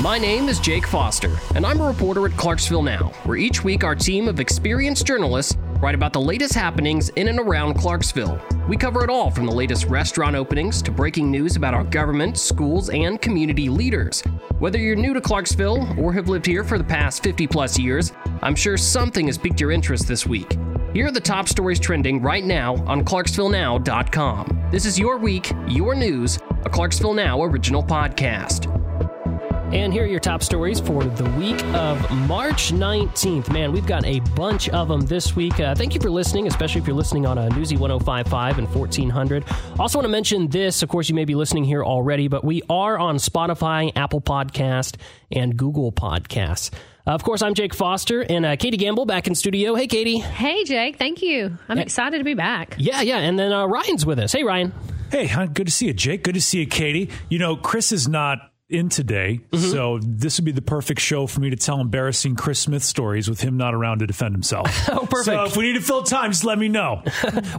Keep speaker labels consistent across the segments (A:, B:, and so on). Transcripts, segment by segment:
A: My name is Jake Foster, and I'm a reporter at Clarksville Now, where each week our team of experienced journalists write about the latest happenings in and around Clarksville. We cover it all from the latest restaurant openings to breaking news about our government, schools, and community leaders. Whether you're new to Clarksville or have lived here for the past 50 plus years, I'm sure something has piqued your interest this week. Here are the top stories trending right now on ClarksvilleNow.com. This is your week, your news, a Clarksville Now original podcast. And here are your top stories for the week of March 19th. Man, we've got a bunch of them this week. Uh, thank you for listening, especially if you're listening on uh, Newsy 1055 and 1400. Also, want to mention this. Of course, you may be listening here already, but we are on Spotify, Apple Podcast, and Google Podcasts. Uh, of course, I'm Jake Foster and uh, Katie Gamble back in studio. Hey, Katie.
B: Hey, Jake. Thank you. I'm excited to be back.
A: Yeah, yeah. And then uh, Ryan's with us. Hey, Ryan.
C: Hey, hon, good to see you, Jake. Good to see you, Katie. You know, Chris is not in today,
B: Mm-hmm.
C: so this would be the perfect show for me to tell embarrassing Chris Smith stories with him not around to defend himself.
A: Oh, perfect.
C: So if we need to fill time, just let me know.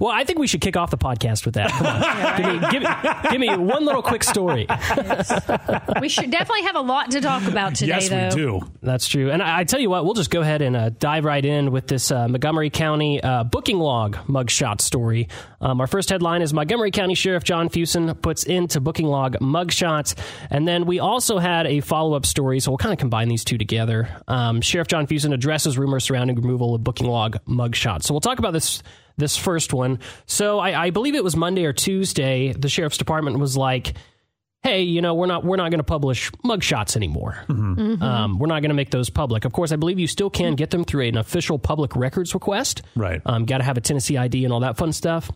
A: Well, I think we should kick off the podcast with that. Come on. give, me, give, me, give me one little quick story.
B: We should definitely have a lot to talk about today,
C: yes,
B: though.
C: we do.
A: That's true. And I, I tell you what, we'll just go ahead and uh, dive right in with this uh, Montgomery County uh, booking log mugshot story. Um, our first headline is Montgomery County Sheriff John Fusen puts into booking log mugshots. And then we also had a follow up story, so we'll kind of combine these two together. Um, Sheriff John Fusen addresses rumors surrounding removal of booking log mugshots. So we'll talk about this. This first one. So I, I believe it was Monday or Tuesday. The sheriff's department was like, hey, you know, we're not we're not going to publish mugshots anymore. Um, we're not going to make those public. Of course, I believe you still can get them through an official public records request.
C: Right.
B: Uh.
A: Um, Got to have a Tennessee ID and all that fun stuff.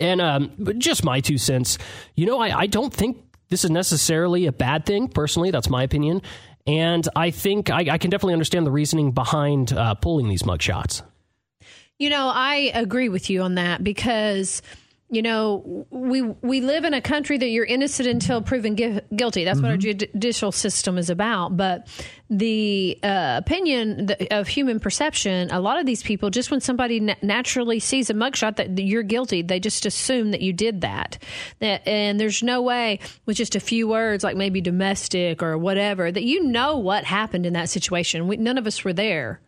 A: And um, but just my two cents. You know, I, I don't think this is necessarily a bad thing. Personally, that's my opinion. And I think I, I can definitely understand the reasoning behind uh, pulling these mugshots.
B: You know, I agree with you on that because you know we we live in a country that you're innocent until proven gui- guilty. That's what our judicial system is about. But the uh, opinion th- of human perception, a lot of these people, just when somebody na- naturally sees a mugshot that you're guilty, they just assume that you did that. That and there's no way with just a few words like maybe domestic or whatever that you know what happened in that situation. We, none of us were there.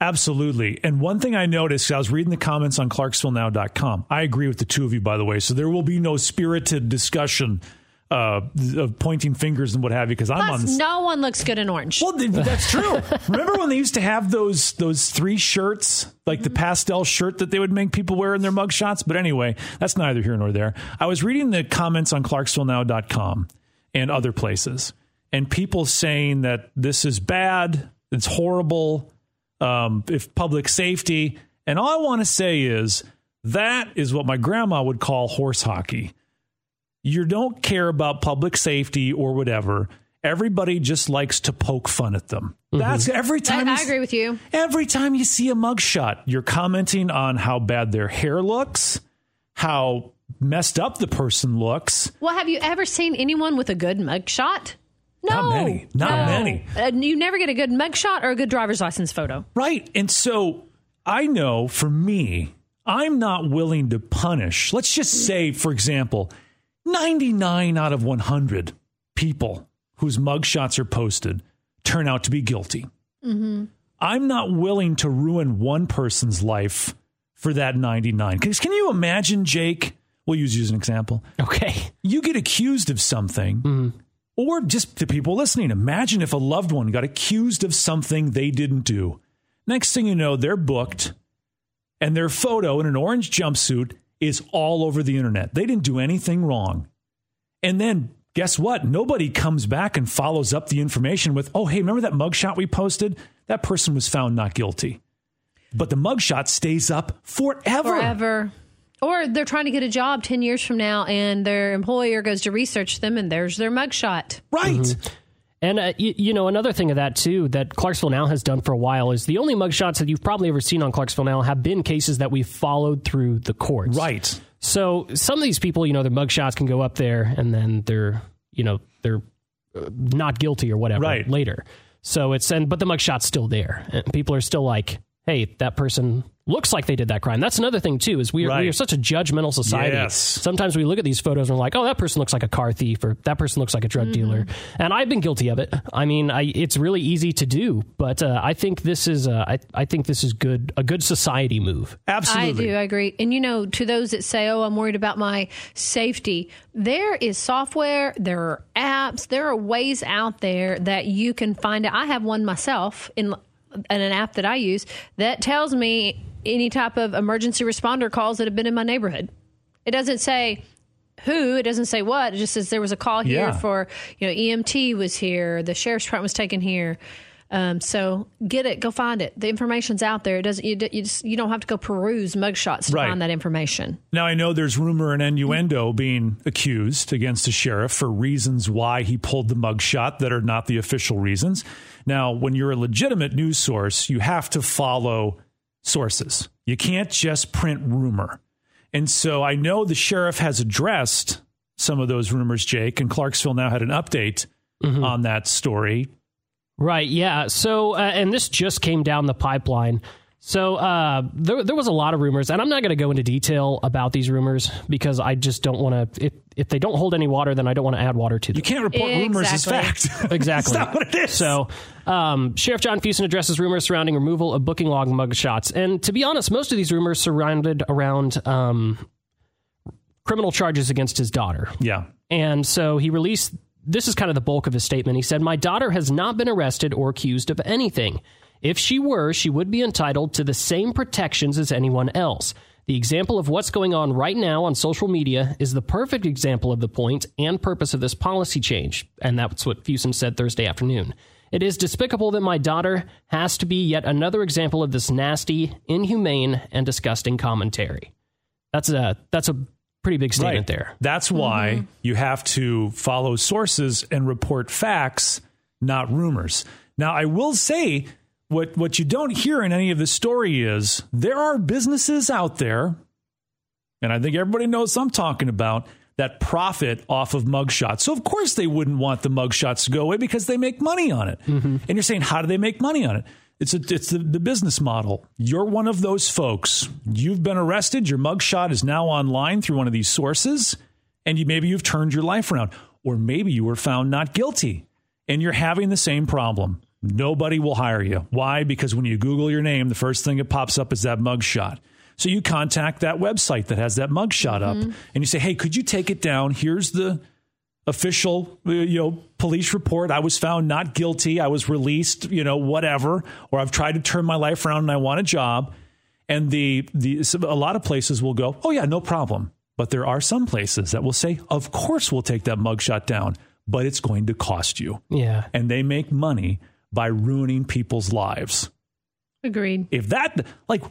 C: Absolutely. And one thing I noticed, I was reading the comments on ClarksvilleNow.com. I agree with the two of you, by the way. So there will be no spirited discussion uh, of pointing fingers and what have you, because I'm on
B: Plus,
C: the
B: no one looks good in orange.
C: Well, th- that's true. Remember when they used to have those those three shirts, like the pastel shirt that they would make people wear in their mugshots? But anyway, that's neither here nor there. I was reading the comments on ClarksvilleNow.com and other places, and people saying that this is bad, it's horrible, um, if public safety. And all I want to say is that is what my grandma would call horse hockey you don't care about public safety or whatever. Everybody just likes to poke fun at them. That's every time.
B: I
C: you s-
B: agree with you.
C: Every time you see a mugshot, you're commenting on how bad their hair looks, how messed up the person looks.
B: Well, have you ever seen anyone with a good mugshot? No.
C: Not many. Not
B: No.
C: many.
B: Uh, you never get a good mugshot or a good driver's license photo.
C: Right. And so I know for me, I'm not willing to punish. Let's just say, for example, 99 out of 100 people whose mugshots are posted turn out to be guilty. I'm not willing to ruin one person's life for that 99. Because can you imagine, Jake? We'll use you as an example
A: Okay.
C: you get accused of something, or just to people listening, imagine if a loved one got accused of something they didn't do. Next thing you know, they're booked, and their photo in an orange jumpsuit is all over the internet. They didn't do anything wrong. And then guess what? Nobody comes back and follows up the information with, oh, hey, remember that mugshot we posted? That person was found not guilty. But the mugshot stays up forever.
B: Forever. Or they're trying to get a job 10 years from now and their employer goes to research them and there's their mugshot.
C: Right.
A: And uh, you, you know another thing of that too that Clarksville Now has done for a while is the only mugshots that you've probably ever seen on Clarksville Now have been cases that we followed through the courts.
C: Right.
A: So some of these people, you know, their mugshots can go up there and then they're you know they're uh, not guilty or whatever
C: Right.
A: later. So it's and but the mugshot's still there. And people are still like, hey, that person looks like they did that crime. That's another thing too. Is we are,
C: Right.
A: we are such a judgmental society.
C: Yes.
A: Sometimes we look at these photos and we're like, oh, that person looks like a car thief or that person looks like a drug dealer. And I've been guilty of it. I mean, I, it's really easy to do, but uh, I think this is uh, I, I think this is good a good society move.
B: I
C: Absolutely.
B: do, I agree. And you know, to those that say, oh, I'm worried about my safety, there is software, there are apps, there are ways out there that you can find it. I have one myself in, in an app that I use that tells me any type of emergency responder calls that have been in my neighborhood. It doesn't say, who it doesn't say what it just says there was a call here
C: Yeah.
B: for you know emt was here the sheriff's department was taken here um, so get it go find it the information's out there it doesn't you, d- you just you don't have to go peruse mugshots to
C: Right.
B: find that information
C: Now I know there's rumor and innuendo being accused against the sheriff for reasons why he pulled the mugshot that are not the official reasons. Now, when you're a legitimate news source, you have to follow sources. You can't just print rumor. And so I know the sheriff has addressed some of those rumors, Jake, and Clarksville now had an update
A: Mm-hmm.
C: on that story.
A: Right. Yeah. So, uh, and this just came down the pipeline. So uh, there, there was a lot of rumors, and I'm not going to go into detail about these rumors because I just don't want to. If, if they don't hold any water, then I don't want to add water to them.
C: You can't report rumors as
B: Exactly.
C: fact.
A: Exactly.
C: That's not what it is.
A: So, um, Sheriff John Fusen addresses rumors surrounding removal of booking log mugshots. And to be honest, most of these rumors surrounded around um, criminal charges against his daughter.
C: yeah.
A: And so he released this is kind of the bulk of his statement. He said, My daughter has not been arrested or accused of anything. If she were, she would be entitled to the same protections as anyone else. The example of what's going on right now on social media is the perfect example of the point and purpose of this policy change. And that's what Fusen said Thursday afternoon. It is despicable that my daughter has to be yet another example of this nasty, inhumane, and disgusting commentary. That's a that's a pretty big statement there.
C: That's why you have to follow sources and report facts, not rumors. Now, I will say what what you don't hear in any of the story is there are businesses out there, and I think everybody knows I'm talking about that profit off of mugshots. So of course they wouldn't want the mugshots to go away because they make money on it. And you're saying, how do they make money on it? It's a, it's the, the business model. You're one of those folks. You've been arrested. Your mugshot is now online through one of these sources, and you maybe you've turned your life around, or maybe you were found not guilty, and you're having the same problem. Nobody will hire you. Why? Because when you Google your name, the first thing that pops up is that mugshot. So you contact that website that has that mugshot up and you say, "Hey, could you take it down? Here's the official, uh, you know, police report. I was found not guilty. I was released, you know, whatever, or I've tried to turn my life around and I want a job." And the the so a lot of places will go, "Oh yeah, no problem." But there are some places that will say, "Of course we'll take that mugshot down, but it's going to cost you."
A: Yeah.
C: And they make money by ruining people's lives
B: agreed
C: if that like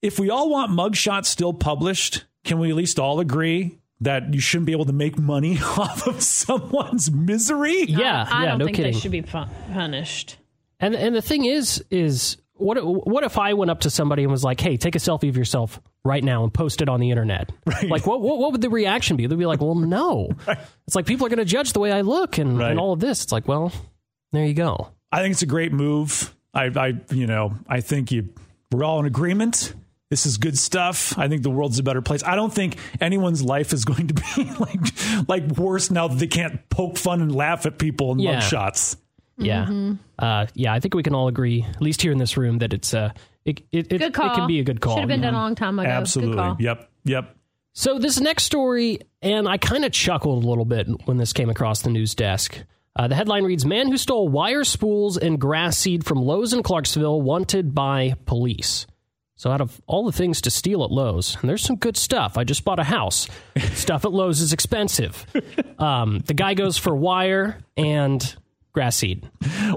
C: if we all want mugshots still published can we at least all agree that you shouldn't be able to make money off of someone's misery
A: Yeah,
B: i
A: yeah,
B: don't
A: no
B: think
A: kidding.
B: they should be pu- punished
A: And and the thing is, is what what if I went up to somebody and was like, "Hey, take a selfie of yourself right now and post it on the internet." Right. Like, what what, what would the reaction be? They'd be like, "Well, no." It's like people are going to judge the way I look and,
C: Right.
A: and all of this. It's like, well, there you go.
C: i think it's a great move i i you know i think you we're all in agreement this is good stuff. I think the world's a better place. I don't think anyone's life is going to be like like worse now that they can't poke fun and laugh at people in
A: Yeah.
C: mugshots.
B: Mm-hmm.
A: Yeah. Uh, yeah. I think we can all agree, at least here in this room, that it's uh, it, it, it,
B: good call
A: it can be a good call.
B: should have been done a long time ago good call.
C: Absolutely. Yep. Yep.
A: So this next story, and I kind of chuckled a little bit when this came across the news desk. Uh, the headline reads: "Man who stole wire spools and grass seed from Lowe's in Clarksville wanted by police." So out of all the things to steal at Lowe's, and there's some good stuff. I just bought a house. stuff at Lowe's is expensive. Um, the guy goes for wire and grass seed.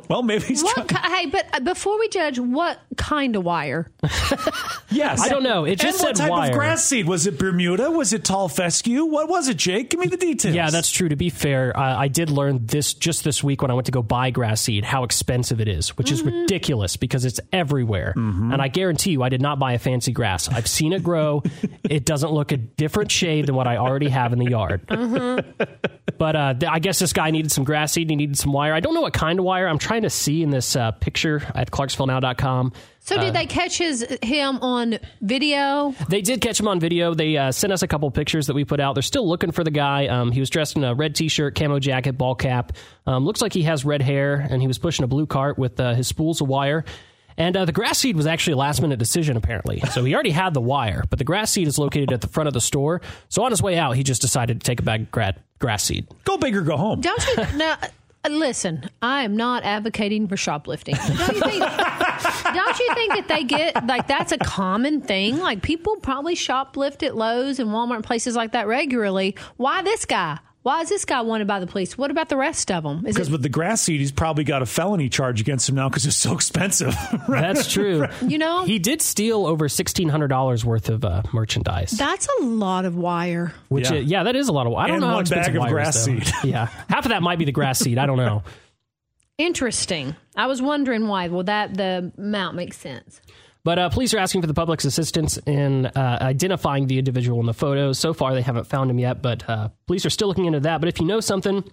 C: Well, maybe he's
B: What, ki- hey, but uh, before we judge, what kind of wire?
C: Yes.
A: I don't know. It just
C: and what
A: said
C: type
A: wire.
C: of grass seed? Was it Bermuda? Was it tall fescue? What was it, Jake? Give me the details.
A: Yeah, that's true. To be fair, I, I did learn this just this week when I went to go buy grass seed how expensive it is, which is ridiculous because it's everywhere. And I guarantee you, I did not buy a fancy grass. I've seen it grow. it doesn't look a different shade than what I already have in the yard. But uh, th- I guess this guy needed some grass seed. And he needed some wire. I don't know what kind of wire. I'm trying to see in this uh, picture at ClarksvilleNow.com.
B: So
A: Uh,
B: did they catch his him on video?
A: They did catch him on video. They uh, sent us a couple pictures that we put out. They're still looking for the guy. Um, he was dressed in a red t-shirt, camo jacket, ball cap. Um, looks like he has red hair, and he was pushing a blue cart with uh, his spools of wire. And uh, the grass seed was actually a last minute decision, apparently. So he already had the wire, but the grass seed is located at the front of the store. So on his way out, he just decided to take a bag of gra- grass seed.
C: Go big or go home.
B: Don't you now? uh, Listen, I am not advocating for shoplifting. But Don't you think? don't you think that they get like that's a common thing? Like people probably shoplift at Lowe's and Walmart and places like that regularly. Why this guy? Why is this guy wanted by the police? What about the rest of them? Is it
C: Because with the grass seed, he's probably got a felony charge against him now because it's so expensive. right?
A: That's true.
B: you know
A: He did steal over $1,600 worth of uh, merchandise.
B: that's a lot of wire.
A: Which
C: Yeah.
A: yeah. yeah, that is a lot of. I don't
C: And
A: know how
C: one
A: expensive
C: bag of
A: wire
C: grass
A: is, though.
C: seed.
A: yeah, half of that might be the grass seed. I don't know.
B: Interesting. I was wondering why. Well, that the amount makes sense.
A: But uh, police are asking for the public's assistance in uh, identifying the individual in the photos. So far, they haven't found him yet, but uh, police are still looking into that. But if you know something,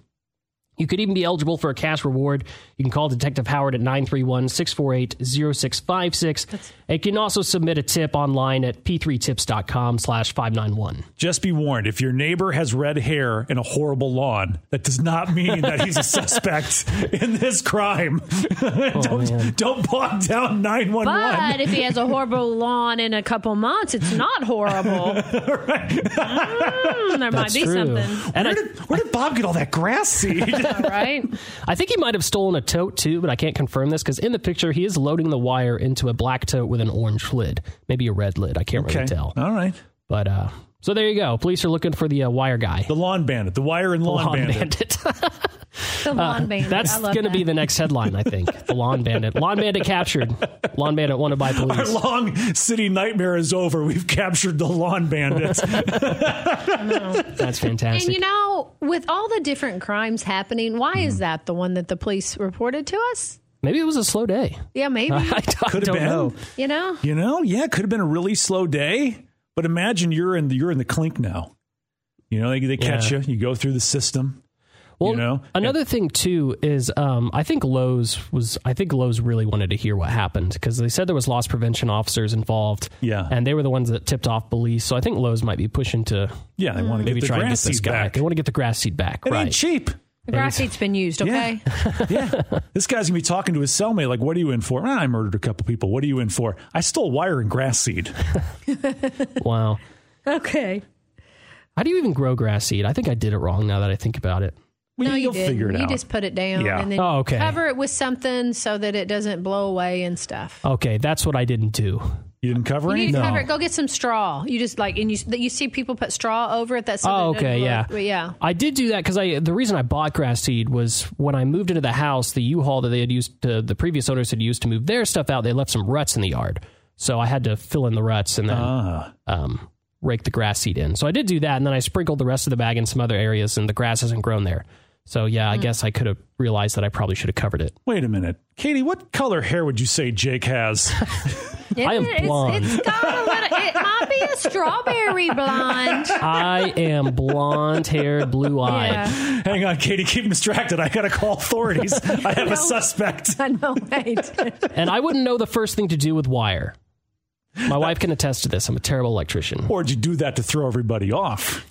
A: you could even be eligible for a cash reward. You can call Detective Howard at 931 648 0656. And you can also submit a tip online at p3tips.com slash 591.
C: Just be warned if your neighbor has red hair and a horrible lawn, that does not mean that he's a suspect in this crime.
A: Oh,
C: don't, don't bog down 911.
B: But if he has a horrible lawn in a couple months, it's not horrible. Mm, there might be something,
A: And I,
C: Where did, where did Bob get all that grass seed?
B: right?
A: I think he might have stolen a tote too, but I can't confirm this because in the picture he is loading the wire into a black tote with an orange lid, maybe a red lid. I can't really tell.
C: All right.
A: But uh, so there you go. Police are looking for the uh, wire guy,
C: The lawn bandit, the wire and lawn,
A: lawn
C: bandit.
A: bandit.
B: The lawn bandit.
A: Uh, That's
B: I love
A: going to
B: that.
A: be the next headline, I think. the lawn bandit, lawn bandit captured, lawn bandit wanted by
C: Our
A: police.
C: long city nightmare is over. We've captured the lawn bandits.
A: That's
B: And
A: fantastic.
B: you know, with all the different crimes happening, why
A: Mm.
B: is that the one that the police reported to us?
A: maybe it was a slow day.
B: Yeah, maybe.
A: I, I
C: Could have
A: don't
C: been.
A: know.
B: you know,
C: You know, yeah, it could have been a really slow day, but imagine you're in the, you're in the clink now. You know, they, they catch you. You go through the system.
A: Well,
C: you know?
A: another thing too is um, I think Lowe's was I think Lowe's really wanted to hear what happened because they said there was loss prevention officers involved.
C: Yeah.
A: and they were the ones that tipped off police. So I think Lowe's might be pushing to
C: Yeah, they
B: Hmm.
C: want to
A: maybe
C: get the
A: try and get
C: grass
A: this
C: seed
A: guy.
C: back.
A: They want to get the grass seed back,
C: It ain't
A: right?
C: cheap.
B: the grass seed's been used. Okay,
C: Yeah, this guy's gonna be talking to his cellmate. Like, what are you in for? "Ah, I murdered a couple people. What are you in for? I stole wire and grass seed.
A: Wow.
B: okay.
A: How do you even grow grass seed? I think I did it wrong now that I think about it.
C: Well,
B: No, you
C: you'll
B: didn't.
C: figure it
B: you
C: out.
B: just put it down
C: Yeah.
B: and then
A: Oh, okay.
B: cover it with something so that it doesn't blow away and stuff.
A: Okay, that's what I didn't do.
C: you didn't
A: Oh,
C: cover
B: You
C: any.
B: need to
C: no.
B: cover it. Go get some straw. You just like and you that you see people put straw over it. That's
A: Oh, okay, yeah.
B: yeah.
A: I did do that because I the reason I bought grass seed was when I moved into the house, the U-Haul that they had used to, the previous owners had used to move their stuff out, they left some ruts in the yard. So I had to fill in the ruts and then um, rake the grass seed in. So I did do that, and then I sprinkled the rest of the bag in some other areas, and the grass hasn't grown there. So yeah, I guess I could have realized that I probably should have covered it.
C: Wait a minute, Katie. What color hair would you say Jake has?
A: I am
B: It's-
A: blonde.
B: it's got a little. It might be a strawberry blonde.
A: I am blonde-haired, blue-eyed.
B: Yeah,
C: Hang on, Katie. Keep him distracted. I gotta call authorities. I have a suspect.
B: I know. Right?
A: and I wouldn't know the first thing to do with wire. My wife can attest to this. I'm a terrible electrician.
C: Or did you do that to throw everybody off?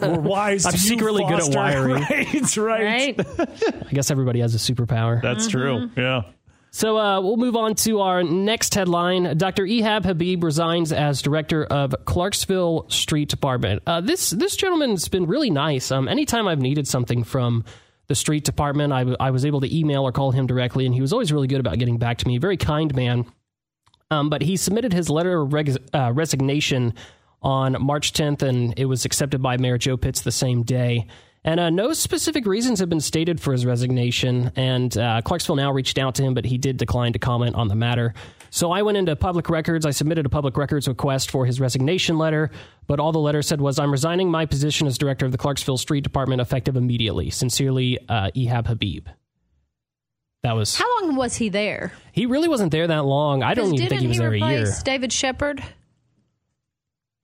C: We're wise.
A: I'm
C: to you,
A: secretly good at
C: Foster.
A: wiring.
C: Right, right.
B: right?
A: I guess everybody has a superpower.
C: That's true. Yeah.
A: So uh, we'll move on to our next headline. Dr. Ehab Habib resigns as director of Clarksville Street Department. Uh, this this gentleman's been really nice. Um, anytime I've needed something from the street department, I, w- I was able to email or call him directly, and he was always really good about getting back to me. Very kind man. Um, but he submitted his letter of reg- uh, resignation on March 10th, and it was accepted by Mayor Joe Pitts the same day. And uh, no specific reasons have been stated for his resignation. And uh, Clarksville now reached out to him, but he did decline to comment on the matter. So I went into public records. I submitted a public records request for his resignation letter, but all the letter said was, "I'm resigning my position as director of the Clarksville Street Department effective immediately." Sincerely, uh, Ehab Habib. That was
B: How long was he there?
A: he really wasn't there that long. I don't even
B: didn't
A: think he was there a
B: replace
A: year.
B: David Shepard?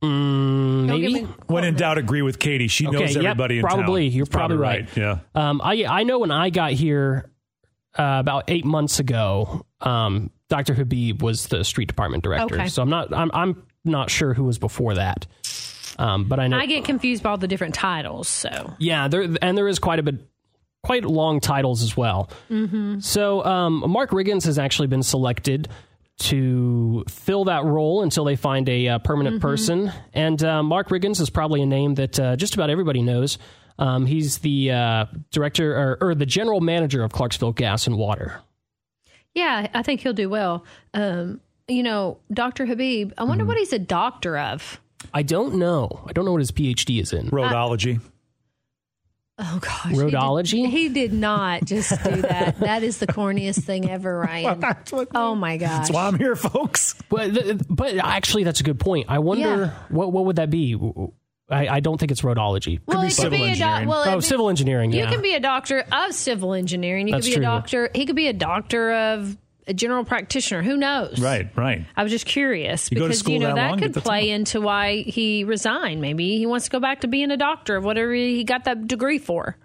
A: Mm,
B: Don't
A: maybe.
B: get me
C: When in doubt, agree with Katie. She knows
A: yep,
C: everybody in
A: probably.
C: town.
A: You're
C: That's probably,
A: probably
C: right. Yeah.
A: Um, I I know when I got here uh, about eight months ago, um, Dr. Habib was the street department director.
B: Okay.
A: So I'm not I'm I'm not sure who was before that, um, but I know
B: I get confused by all the different titles. So
A: yeah, there and there is quite a bit, quite long titles as well. Mm-hmm. So um, Mark Riggins has actually been selected to fill that role until they find a uh, permanent
B: Mm-hmm.
A: person. And uh, Mark Riggins is probably a name that uh, just about everybody knows. Um, he's the uh, director or, or the general manager of Clarksville Gas and Water.
B: yeah, I think he'll do well. Um, you know, Doctor Habib. I
A: Mm-hmm.
B: wonder what he's a doctor of.
A: I don't know. I don't know what his PhD is in.
C: Roadology.
B: Oh gosh, he did-
A: Rhodology?
B: He did, not just do that. that is the corniest thing ever, Ryan.
C: That's what-
B: Oh my gosh.
C: That's why I'm here, folks.
A: But, th- but actually, that's a good point. I wonder what what would that be. I, I don't think it's rhodology. Could
B: well,
C: be
B: it could
C: civil
B: be a doc-
C: engineering.
B: well,
A: oh,
B: it'd be-
A: civil engineering.
B: You
A: yeah.
B: can be a doctor of civil engineering. You
A: That's
B: could be
A: true,
B: a
A: yeah.
B: doctor. He could be a doctor of a general practitioner. Who knows?
C: Right, right.
B: I was just curious
C: go to
B: because
C: school
B: you know
C: that
B: that,
C: long, get
B: could
C: the
B: play into why he resigned. Maybe he wants to go back to being a doctor of whatever he got that degree for.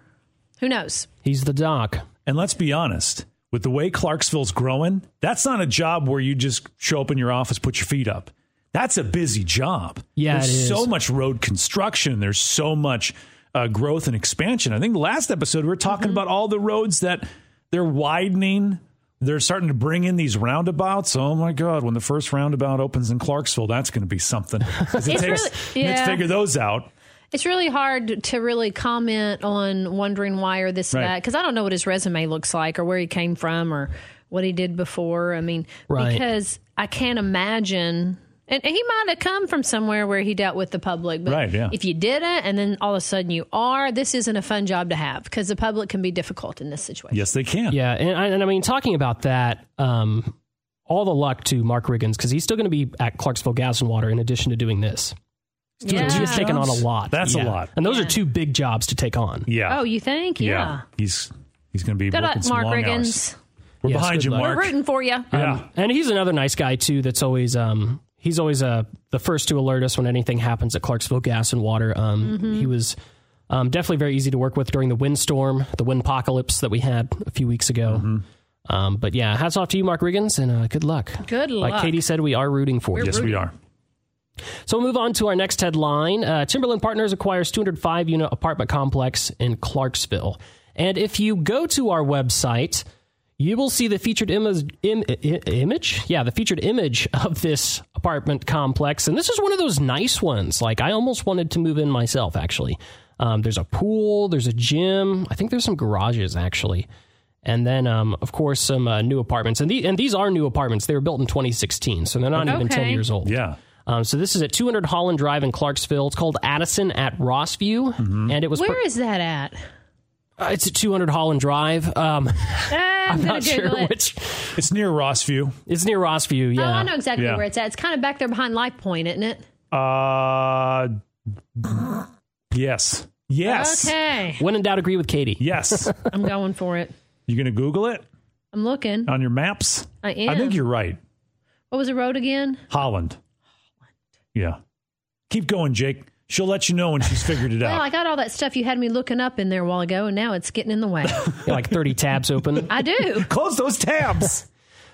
B: Who knows?
A: He's the doc.
C: And let's be honest, with the way Clarksville's growing, that's not a job where you just show up in your office, put your feet up. That's a busy job.
A: Yeah,
C: there's
A: it is.
C: so much road construction. There's so much uh, growth and expansion. I think the last episode we were
B: Mm-hmm.
C: talking about all the roads that they're widening. They're starting to bring in these roundabouts. Oh my God! When the first roundabout opens in Clarksville, that's going to be something. 'Cause it
B: It's
C: takes
B: really-
C: Nick
B: yeah.
C: figure those out.
B: It's really hard to really comment on wondering why or this or
C: Right.
B: that because I don't know what his resume looks like or where he came from or what he did before. I mean,
A: Right.
B: because I can't imagine. And and he might have come from somewhere where he dealt with the public, but
C: Right, yeah.
B: if you didn't, and then all of a sudden you are, this isn't a fun job to have because the public can be difficult in this situation.
C: Yes, they can.
A: Yeah, and I, and I mean, talking about that, um, all the luck to Mark Riggins because he's still going to be at Clarksville Gas and Water in addition to doing this.
B: Yeah.
A: He's taken on a lot.
C: That's a
A: Yeah.
C: lot.
A: and those are
B: Yeah.
A: two big jobs to take on.
C: Yeah.
B: Oh, you think? Yeah.
C: He's he's going to be
B: Good
C: working
B: luck,
C: some
B: Mark
C: long
B: Riggins.
C: hours. We're
A: Yes,
C: behind
A: good
C: you,
A: luck.
B: We're
C: Mark.
B: rooting for you.
C: Yeah.
A: Um, And he's another nice guy too. That's always um, he's always uh, the first to alert us when anything happens at Clarksville Gas and Water. Um,
B: Mm-hmm.
A: He was um, definitely very easy to work with during the windstorm, the windpocalypse that we had a few weeks ago. Um, but yeah, hats off to you, Mark Riggins, and uh, good luck.
B: Good luck.
A: Like Katie said, we are rooting for you.
C: yes, we are.
A: So we'll move on to our next headline. Uh, Timberland Partners acquires 205 unit apartment complex in Clarksville. And if you go to our website, you will see the featured image, Im, i- i- image, yeah, the featured image of this apartment complex. And this is one of those nice ones. Like I almost wanted to move in myself. Actually, um, there's a pool, there's a gym. I think there's some garages actually, and then um, of course some uh, new apartments. And, the, and these are new apartments. They were built in 2016, so they're not even 10
B: Okay.
A: years old.
C: Yeah.
A: Um, so this is at 200 Holland Drive in Clarksville. It's called Addison at Rossview, and it was
B: Where is that at?
A: uh, it's at 200 Holland Drive. Um,
B: Ah, I'm,
A: not
B: going to
A: sure
B: Google it.
A: which.
C: It's near Rossview.
A: It's near Rossview.
B: Oh,
A: Yeah,
B: I know exactly
C: Yeah.
B: where it's at. It's kind of back there behind Life Point, isn't it?
C: Uh, yes. Yes.
B: Okay.
A: when in doubt, agree with Katie.
C: Yes.
B: I'm going for it.
C: You're going to Google it
B: I'm looking.
C: on your maps?
B: I am.
C: Uh, I think you're right.
B: what was the road again?
C: Holland. Yeah. Keep going, Jake. She'll let you know when she's figured it
B: Well,
C: out.
B: I got all that stuff you had me looking up in there a while ago, and now it's getting in the way.
A: Got like 30 tabs open.
B: I do.
C: Close those tabs.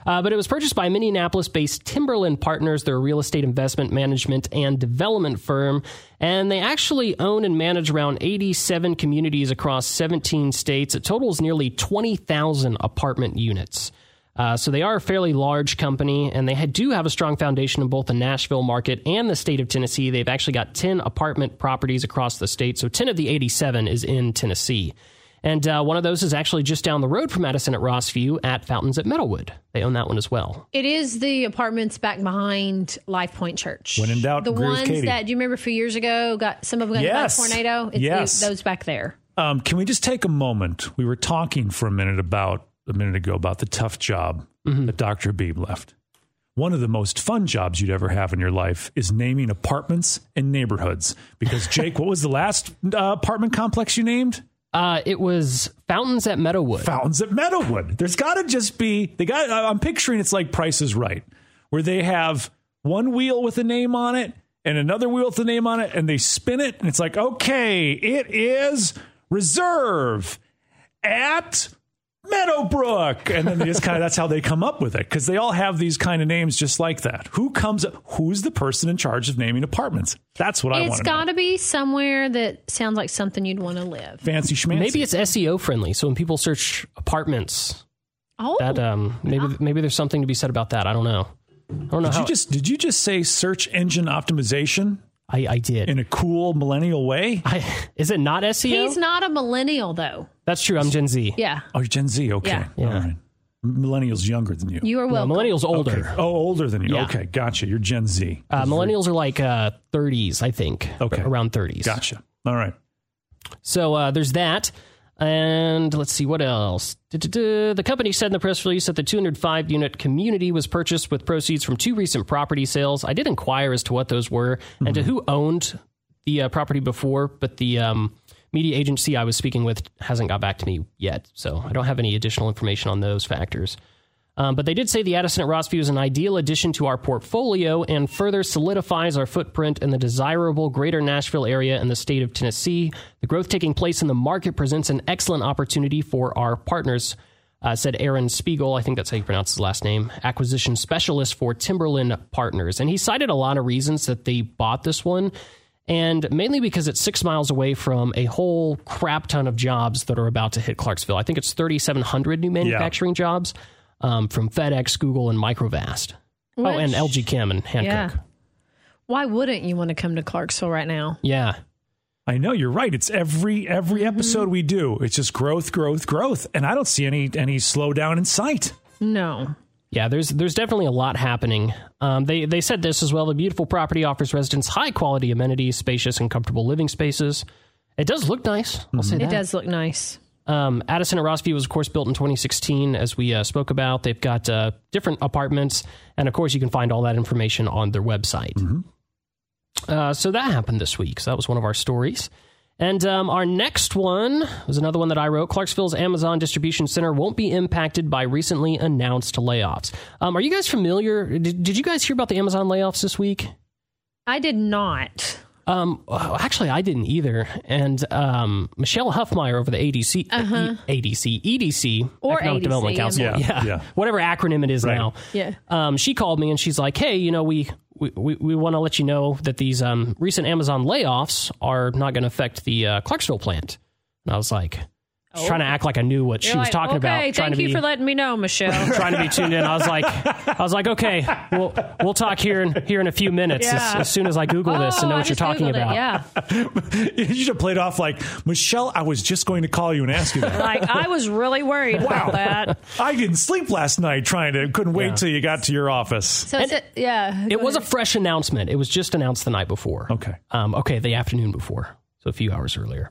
A: Uh, but it was purchased by Minneapolis-based Timberland Partners, their real estate investment management and development firm, and they actually own and manage around 87 communities across 17 states. It totals nearly 20,000 apartment units. Uh, so they are a fairly large company, and they had, do have a strong foundation in both the Nashville market and the state of Tennessee. They've actually got 10 apartment properties across the state, so 10 of the 87 is in Tennessee. And uh, one of those is actually just down the road from Addison at Rossview at Fountains at Meadowwood. They own that one as well.
B: It is the apartments back behind Life Point Church.
C: When in doubt,
B: the
C: agree with
B: ones
C: Katie.
B: that do you remember a few years ago got some of them got hit by a
C: Yes.
B: tornado? It's the-
C: Yes.
B: those back there.
C: Um, can we just take a moment? We were talking for a minute about a minute ago about the tough job that Dr. Beeb left. One of the most fun jobs you'd ever have in your life is naming apartments and neighborhoods. Because Jake, what was the last uh, apartment complex you named?
A: Uh, it was Fountains at Meadowwood.
C: Fountains at Meadowwood. There's got to just be they got. I- I'm picturing it's like Price is Right, where they have one wheel with a name on it and another wheel with the name on it, and they spin it, and it's like, okay, it is reserve at Meadowbrook. And then they just kind of that's how they come up with it because they all have these kind of names just like that. Who comes up? Who's the person in charge of naming apartments? That's what I want
B: it's
C: to
B: got
C: know.
B: to be somewhere that sounds like something you'd want to live.
C: Fancy schmancy.
A: Maybe it's SEO friendly, so when people search apartments,
B: Oh,
A: that um, maybe maybe there's something to be said about that. I don't know. I don't know
C: Ah. Did
A: how
C: you just did you just say search engine optimization
A: I, I did.
C: in a cool millennial way?
A: I, is it not SEO?
B: he's not a millennial though.
A: That's true. I'm Gen Z.
B: Yeah,
C: Oh, you're Gen Z. Okay,
B: Yeah.
C: all right. Millennials younger than you.
B: you are
A: Well,
B: welcome.
A: Uh, millennials older.
C: Okay. Oh, older than you.
A: Yeah.
C: Okay, gotcha. You're Gen Z.
A: Uh, millennials are like uh, 30s, I think.
C: Okay.
A: ar- around 30s.
C: Gotcha. All right.
A: So uh, there's that. And let's see what else. Du-du-du. The company said in the press release that the 205 unit community was purchased with proceeds from two recent property sales. I did inquire as to what those were and to who owned the uh, property before, but the um, media agency I was speaking with hasn't got back to me yet. So I don't have any additional information on those factors. Um, but they did say the Addison at Rossview is an ideal addition to our portfolio and further solidifies our footprint in the desirable greater Nashville area in the state of Tennessee. The growth taking place in the market presents an excellent opportunity for our partners, uh, said Aaron Spiegel. I think that's how you pronounce his last name, acquisition specialist for Timberland Partners. And he cited a lot of reasons that they bought this one, and mainly because it's six miles away from a whole crap ton of jobs that are about to hit Clarksville. I think it's 3,700 new manufacturing jobs um, from FedEx, Google, and Microvast. Oh, and
B: Which-
A: LG Chem and
B: Yeah.
A: Hancock.
B: Why wouldn't you want to come to Clarksville right now?
A: Yeah.
C: I know you're right. It's every every
A: Mm-hmm.
C: episode we do. It's just growth, growth, growth, and I don't see any any slowdown in sight.
B: No.
A: Yeah, there's there's definitely a lot happening. Um, they they said this as well. The beautiful property offers residents high quality amenities, spacious and comfortable living spaces. It does look nice. I'll say that.
B: It does look nice.
A: Um, Addison at Rossview was, of course, built in 2016, as we uh, spoke about. They've got uh, different apartments, and of course, you can find all that information on their website. Uh, so that happened this week. So that was one of our stories. And um, our next one was another one that I wrote. Clarksville's Amazon distribution center won't be impacted by recently announced layoffs. Um, are you guys familiar? Did, did you guys hear about the Amazon layoffs this week?
B: I did not.
A: Um, oh, actually, I didn't either. And um, Michelle Huffmeyer over the ADC, E- ADC, EDC,
B: Uh-huh. Or
A: Economic
B: ADC,
A: Development
B: I'm
A: Council,
C: Yeah, yeah.
A: whatever acronym it is now.
B: Yeah.
A: Um, she called me and she's like, "Hey, you know, we we, we, we want to let you know that these um, recent Amazon layoffs are not going to affect the uh, Clarksville plant." And I was like, just trying to act like I knew what she
B: Oh. You're
A: was
B: like,
A: talking
B: okay,
A: about. trying
B: thank
A: to
B: you
A: be,
B: for letting me know, Michelle.
A: trying to be tuned in. I was like, I was like, okay, we'll we'll talk here in here in a few minutes as,
B: Yeah.
A: as soon as I Google this and know
B: Oh, I
A: what you're
B: just
A: talking
B: Googled it,
A: about.
B: Yeah.
C: you should have played off like Michelle. I was just going to call you and ask you that.
B: Like, I was really worried about that.
C: I didn't sleep last night trying to. Couldn't wait till you got to your office.
B: So, it's a- yeah.
A: It was a fresh announcement. It was just announced the night before.
C: Okay.
A: Um, okay, the afternoon before, so a few hours earlier.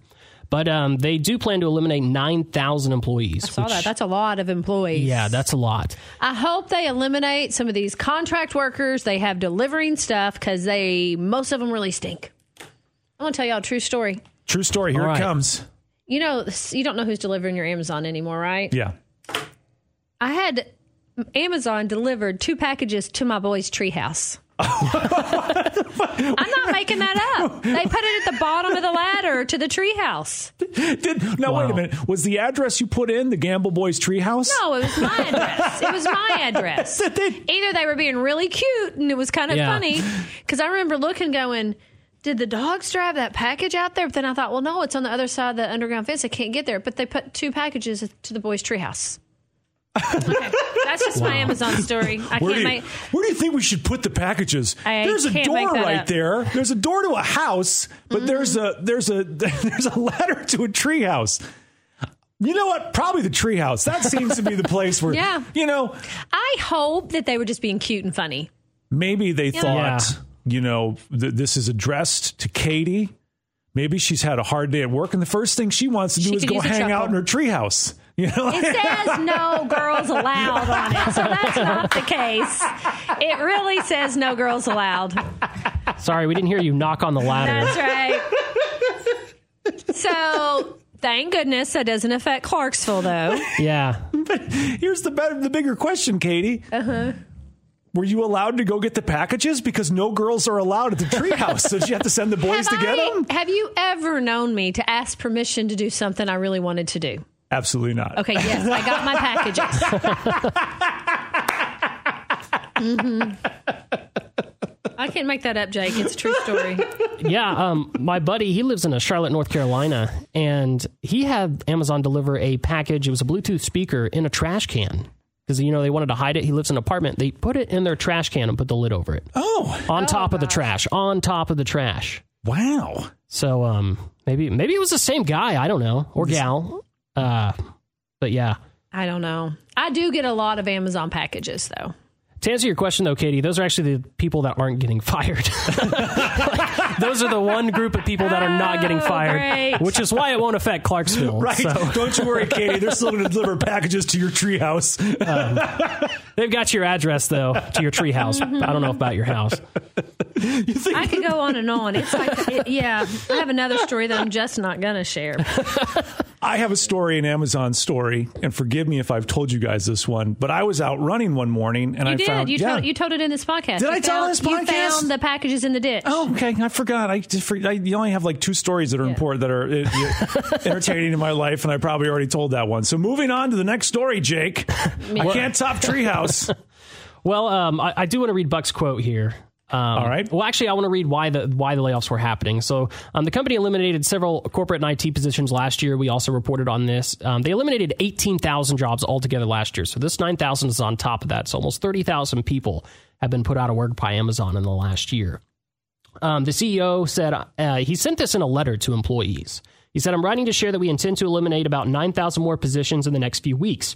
A: But um, they do plan to eliminate 9,000 employees.
B: Saw that. That's a lot of employees.
A: yeah, that's a lot.
B: I hope they eliminate some of these contract workers they have delivering stuff because they most of them really stink. I'm gonna tell y'all a true story.
C: True story. Here
A: All
C: it
A: right.
C: comes.
B: You know, you don't know who's delivering your Amazon anymore, right?
C: Yeah.
B: I had Amazon delivered two packages to my boy's treehouse. I'm not making that up. They put it at the bottom of the ladder to the treehouse.
C: Did, now wait a
A: Wow.
C: minute. Was the address you put in the Gamble Boys Treehouse?
B: No, Oh, it was my address. It was my address. Either they were being really cute and it was kind of
A: Yeah.
B: funny because I remember looking, going, "Did the dogs drive that package out there?" But then I thought, "Well, no, it's on the other side of the underground fence. I can't get there." But they put two packages to the boys' treehouse. Okay, that's just my Amazon story. I
C: Where
B: can't
C: do, you,
B: make.
C: where do you think we should put the packages?
B: I
C: there's a
B: can't
C: door
B: make that
C: right
B: up. Mm-hmm.
C: there. There's a door to a house, but there's a there's a there's a ladder to a tree house. You know what? Probably the tree house. That seems to be the place where
B: Yeah.
C: you know,
B: I hope that they were just being cute and funny.
C: maybe they thought,
A: Yeah.
C: you know, th- this is addressed to Katie. Maybe she's had a hard day at work and the first thing she wants to do
B: She
C: is
B: could
C: go
B: use a
C: hang out
B: chuckle.
C: in her tree house. You know?
B: It says no girls allowed on it, so that's not the case. It really says no girls allowed.
A: Sorry, we didn't hear you knock on the ladder.
B: That's right. so thank goodness that doesn't affect Clarksville, though.
A: yeah.
B: Uh-huh.
C: Here's the better, the bigger question, Katie. Uh huh. were you allowed to go get the packages? Because no girls are allowed at the treehouse, so did you have to send the boys to get
B: I-
C: them?
B: have you ever known me to ask permission to do something I really wanted to do?
C: Absolutely not.
B: Okay, yes, I got my packages. Mhm. I can't make that up, Jake. It's a true story.
A: yeah, um, my buddy, he lives in a Charlotte, North Carolina, and he had Amazon deliver a package. It was a Bluetooth speaker in a trash can because you know they wanted to hide it. He lives in an apartment. They put it in their trash can and put the lid over it
C: Oh
A: on top of the trash, on top of the trash.
C: wow!
A: So um, maybe maybe it was the same guy. I don't know or gal. Uh, but yeah.
B: I don't know. I do get a lot of Amazon packages, though.
A: To answer your question, though, Katie, those are actually the people that aren't getting fired. Like, those are the one group of people that are not getting
B: Oh,
A: fired,
B: great.
A: which is why it won't affect Clarksville.
C: Right?
A: So
C: Don't you worry, Katie. They're still going to deliver packages to your treehouse.
A: they've got your address, though, to your tree house. I don't know about your house.
B: I could go on and on. It's like, it, yeah, I have another story that I'm just not going to share.
C: I have a story, an Amazon story, and forgive me if I've told you guys this one, but I was out running one morning and
B: You
C: I
B: did.
C: found
B: you,
C: yeah.
B: told, you told it in this podcast.
C: Did
B: You
C: I tell
B: found-
C: this
B: You
C: podcast?
B: found the packages in the ditch.
C: Oh, okay. I forgot. I just for, I, you only have like two stories that are important that are uh, entertaining in my life, and I probably already told that one. So moving on to the next story, Jake. I can't top Treehouse.
A: Well, um, I, I do want to read Buck's quote here. Um, All
C: right.
A: Well, actually, I want to read why the why the layoffs were happening. So, um, the company eliminated several corporate and IT positions last year. We also reported on this. Um, they eliminated eighteen thousand jobs altogether last year. So this nine thousand is on top of that. So almost thirty thousand people have been put out of work by Amazon in the last year. Um, the CEO said uh, he sent this in a letter to employees. He said, "I'm writing to share that we intend to eliminate about nine thousand more positions in the next few weeks."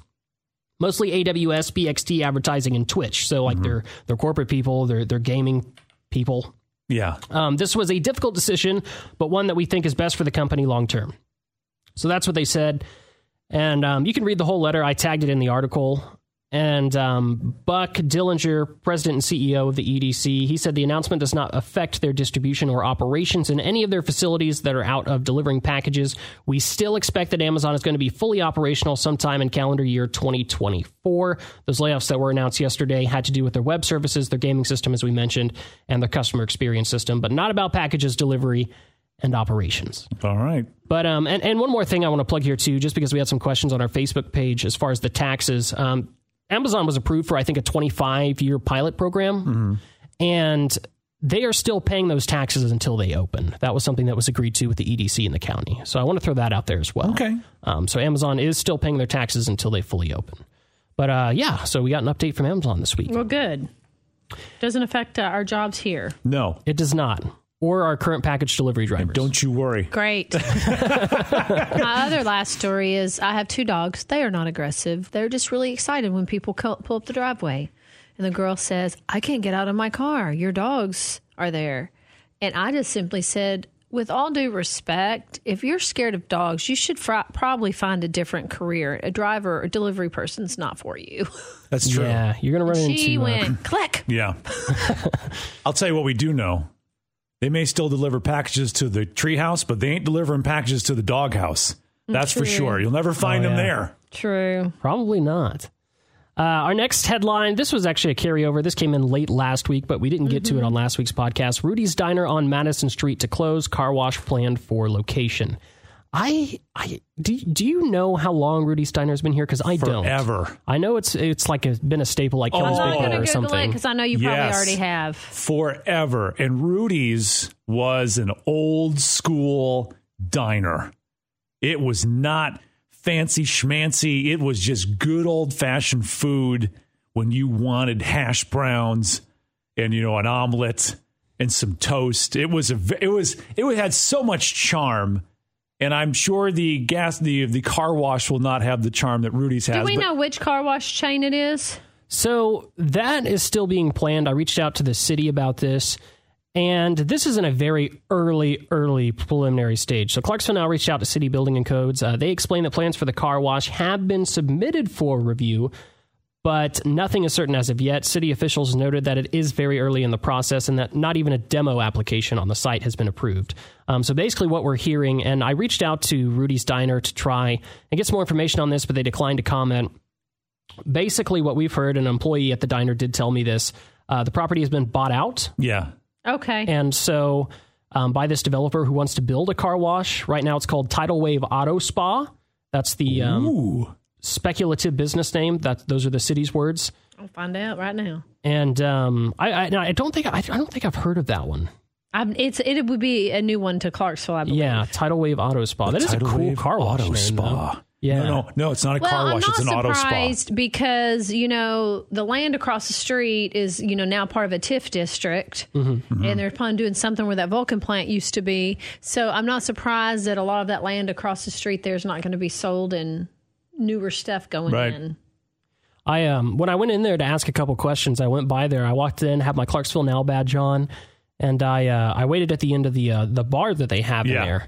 A: mostly AWS, BXT advertising, and Twitch. So like they're they're corporate people, they're they're gaming people.
C: yeah.
A: Um, this was a difficult decision, but one that we think is best for the company long term. So that's what they said, and um, you can read the whole letter. I tagged it in the article. And um, Buck Dillinger, president and CEO of the EDC, he said the announcement does not affect their distribution or operations in any of their facilities that are out of delivering packages. We still expect that Amazon is going to be fully operational sometime in calendar year 2024. Those layoffs that were announced yesterday had to do with their web services, their gaming system, as we mentioned, and their customer experience system, but not about packages, delivery, and operations.
C: All right.
A: But um, and and one more thing I want to plug here too, just because we had some questions on our Facebook page as far as the taxes. Um, Amazon was approved for I think a 25 year pilot program,
C: Mm-hmm.
A: and they are still paying those taxes until they open. That was something that was agreed to with the E EDC in the county. So I want to throw that out there as well.
C: Okay.
A: Um, so Amazon is still paying their taxes until they fully open. But uh, yeah, so we got an update from Amazon this week.
B: Well, good. Doesn't affect uh, our jobs here.
C: No.
A: It does not, or our current package delivery drivers.
C: Don't you worry.
B: Great. My other last story is I have two dogs. They are not aggressive. They're just really excited when people co- pull up the driveway. And the girl says, I can't get out of my car. Your dogs are there. And I just simply said, with all due respect, if you're scared of dogs, you should fr- probably find a different career. A driver or delivery person's not for you.
C: That's true.
A: yeah, you're gonna run
B: she
A: into. uh,
B: went, click.
C: Yeah. I'll tell you what we do know. They may still deliver packages to the treehouse, but they ain't delivering packages to the doghouse. That's for sure. You'll never find them
A: Oh, yeah.
C: there.
B: True.
A: Probably not. Uh, our next headline this was actually a carryover. This came in late last week, but we didn't get to it on last week's podcast. Rudy's Diner on Madison Street to close, car wash planned for location. I, I do, do you know how long Rudy's Diner's been here? Because I don't.
C: Forever.
A: I know it's it's like it's been a staple, like Kelly's
C: I'm
B: Oh,
A: Big
B: I'm not
A: Corner
B: going to
A: or
B: Google it
A: something.
B: because I know you probably
C: Yes.
B: already have.
C: forever. And Rudy's was an old school diner. It was not fancy schmancy. It was just good old fashioned food when you wanted hash browns and you know an omelet and some toast. It was a ve- it was it had so much charm. And I'm sure the gas the the car wash will not have the charm that Rudy's has.
B: Do we
C: but-
B: know which car wash chain it is?
A: So that is still being planned. I reached out to the city about this, and this is in a very early, early preliminary stage. So Clarksville now reached out to City Building and Codes. Uh, they explained that plans for the car wash have been submitted for review, but nothing is certain as of yet. City officials noted that it is very early in the process and that not even a demo application on the site has been approved. Um, so basically, what we're hearing, and I reached out to Rudy's Diner to try and get some more information on this, but they declined to comment. basically what we've heard an employee at the diner did tell me this uh, the property has been bought out
C: Yeah.
B: Okay.
A: and so um, by this developer who wants to build a car wash right now it's called tidal wave auto spa that's the um,
C: Ooh.
A: speculative business name that those are the city's words
B: I'll find out right now.
A: and um, I, I, and I don't think I, I don't think I've heard of that one.
B: I'm, it's it would be a new one to Clarksville, I believe.
A: Yeah, Tidal Wave Auto Spa. That is a
C: Tidal
A: cool
C: Wave
A: car wash
C: Auto
A: name,
C: spa.
A: though. Yeah.
C: No, no, no, it's not a
B: Well,
C: car
B: I'm
C: wash.
B: not
C: It's an auto spa.
B: surprised because you know the land across the street is you know now part of a TIF district,
C: Mm-hmm.
B: and they're probably doing something where that Vulcan plant used to be. So I'm not surprised that a lot of that land across the street there is not going to be sold and newer stuff going
C: Right.
B: in.
A: I um when I went in there to ask a couple questions, I went by there. I walked in, had my Clarksville Now badge on, and I uh, I waited at the end of the uh, the bar that they have
C: Yeah.
A: in there,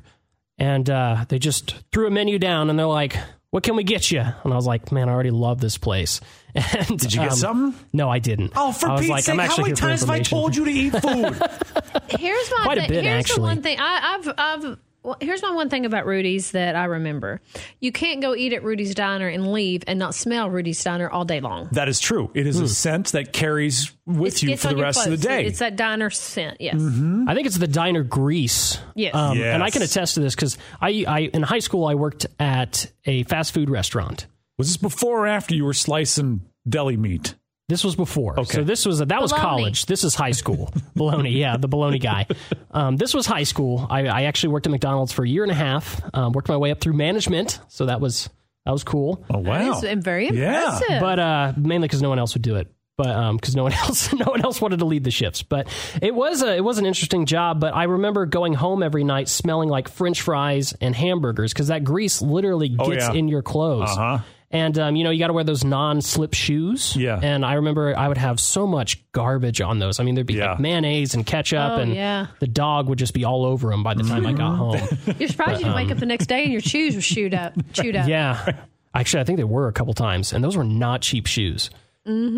A: and uh, they just threw a menu down, and they're like, "What can we get you?" And I was like, "Man, I already love this place." And, um,
C: Did you get something?
A: No, I didn't.
C: Oh, for
A: I was
C: Pete's
A: like,
C: sake,
A: I'm
C: how
A: actually
C: many
A: here for
C: times have I
A: information.
C: told you to eat food?
B: Here's my
A: Quite a
B: thing.
A: bit,
B: here's the
A: actually.
B: one thing I, I've I've well, here's my one thing about Rudy's that I remember. You can't go eat at Rudy's Diner and leave and not smell Rudy's Diner all day long.
C: that is true. It
A: Hmm.
C: is a scent that carries with
B: It's-
C: you
B: it's
C: for the
B: on your
C: rest of the
B: clothes.
C: day. Mm-hmm.
B: It's that diner scent. Yes.
A: I think it's the diner grease.
B: Yes.
A: Um, And I
C: Yes.
A: can attest to this because I, I, in high school, I worked at a fast food restaurant.
C: Was this before or after you were slicing deli meat?
A: This was before. So this was that was
B: Bologna.
A: college. This is high school. Bologna, yeah, the Bologna guy. Um, this was high school. I, I actually worked at McDonald's for a year and a half. Um, worked my way up through management, so that was that was cool.
C: Oh wow!
B: That is very
C: Yeah.
B: impressive.
A: But uh, mainly because no one else would do it. But because no one else, no one else wanted to lead the shifts. But it was a, it was an interesting job. But I remember going home every night smelling like French fries and hamburgers because that grease literally gets
C: Oh, yeah.
A: in your clothes.
C: Uh-huh.
A: And um, you know you got to wear those non-slip shoes.
C: Yeah.
A: And I remember I would have so much garbage on those. I mean, there'd be
C: Yeah.
A: like mayonnaise and ketchup,
B: Oh,
A: and
B: yeah.
A: the dog would just be all over them by the time I got
C: Mm-hmm.
A: home.
B: You're surprised you didn't
C: um,
B: wake up the next day and your shoes were chewed up. Chewed up.
A: Yeah. Actually, I think they were a couple times, and those were not cheap shoes. Mm-hmm.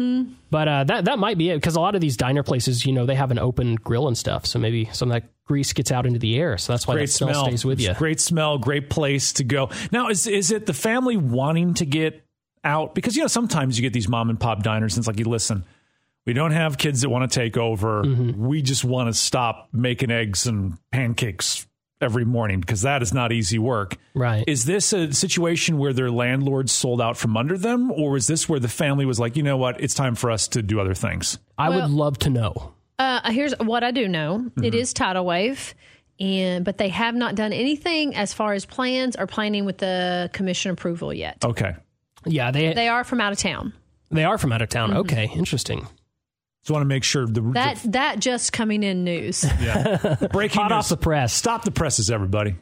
A: But uh, that that might be it because a lot of these diner places, you know, they have an open grill and stuff, so maybe some of that grease gets out into the air, so that's why
C: great
A: that smell,
C: smell,
A: stays with you.
C: Great smell, great place to go. Now, is is it the family wanting to get out? Because you know sometimes you get these mom and pop diners, and it's like, you listen, we don't have kids that want to take over.
A: Mm-hmm.
C: We just want to stop making eggs and pancakes every morning because that is not easy work.
A: Right.
C: Is this a situation where their landlord sold out from under them, or is this where the family was like, you know what, it's time for us to do other things?
A: I would love to know.
B: Uh, here's what I do know.
C: Mm-hmm.
B: It is tidal wave, and but they have not done anything as far as plans or planning with the commission approval yet.
C: Okay.
A: Yeah, they they, Mm-hmm.
B: They are from out of town.
A: are from out of town. Okay, interesting.
C: Just want to make sure the,
B: That that just coming in news.
C: the breaking
A: Hot
C: news.
A: off the press.
C: Stop the presses, everybody.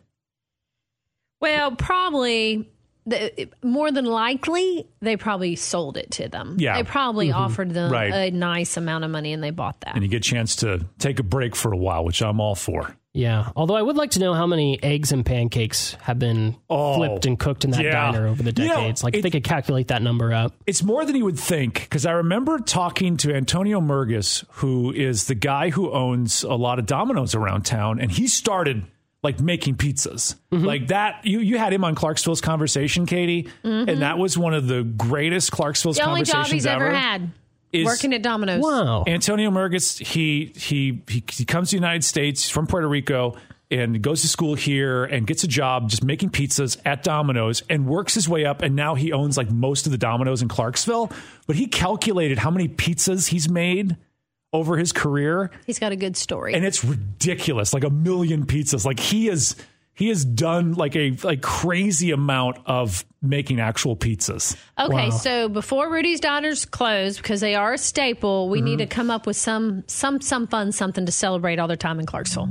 B: Well, probably the, more than likely they probably sold it to them.
C: Yeah. Mm-hmm.
B: They probably offered them
C: Right.
B: a nice amount of money and they bought that.
C: and you get a chance to take a break for a while, which I'm all for.
A: Yeah. Although I would like to know how many eggs and pancakes have been
C: Oh,
A: flipped and cooked in that
C: yeah.
A: diner over the
C: You know,
A: decades. like if
C: it-
A: they could calculate that number up.
C: It's more than you would think because I remember talking to Antonio Murgis, who is the guy who owns a lot of Domino's around town, and he started like making pizzas
B: Mm-hmm.
C: like that. You you had him on Clarksville's conversation, Katie, and that was one of the greatest Clarksville's
B: Mm-hmm. the only job
C: conversations
B: he's ever,
C: ever
B: had
C: is-
B: working at Domino's.
A: Wow.
C: Antonio Murgis, he, he he he comes to the United States he's from Puerto Rico and goes to school here and gets a job just making pizzas at Domino's and works his way up and now he owns like most of the Domino's in Clarksville. But he calculated how many pizzas he's made over his career,
B: He's got a good story.
C: and it's ridiculous, like a million pizzas. Like he is he has done like a like crazy amount of making actual pizzas.
B: Okay, so before Rudy's Diners close, because they are a staple, we
C: Mm-hmm.
B: need to come up with some some some fun something to celebrate all their time in Clarksville.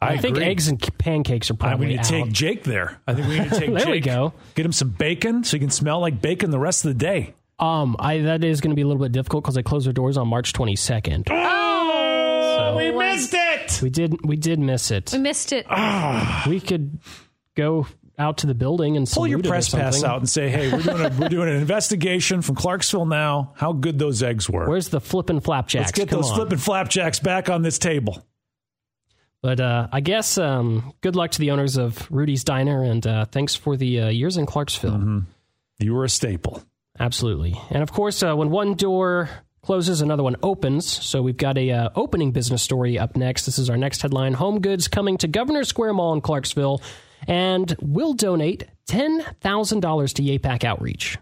A: I, think
C: agree.
A: eggs and c- pancakes are
C: I
A: probably
C: we need to
A: out.
C: take Jake there. I think we need to take
A: There
C: Jake.
A: we go.
C: Get him some bacon so he can smell like bacon the rest of the day.
A: Um, I that is going to be a little bit difficult because they close their doors on March 22nd.
C: Oh, we
B: Boy.
C: missed it.
A: We did we did miss it.
B: We missed it.
A: We could go out to the building and
C: Pull your
A: salute it or
C: press pass
A: something.
C: out and say, "Hey, we're doing, a, we're doing an investigation from Clarksville now. How good those eggs were.
A: Where's the flippin' flapjacks?
C: Let's get
A: Come
C: those
A: on.
C: flippin' flapjacks back on this table."
A: But uh, I guess um, good luck to the owners of Rudy's Diner and uh, thanks for the uh, years in Clarksville.
C: You were a staple.
A: Absolutely. And of course, uh, when one door closes, another one opens. So we've got a uh, opening business story up next. This is our next headline: Home Goods coming to Governor Square Mall in Clarksville, and will donate ten thousand dollars to YAPAC outreach.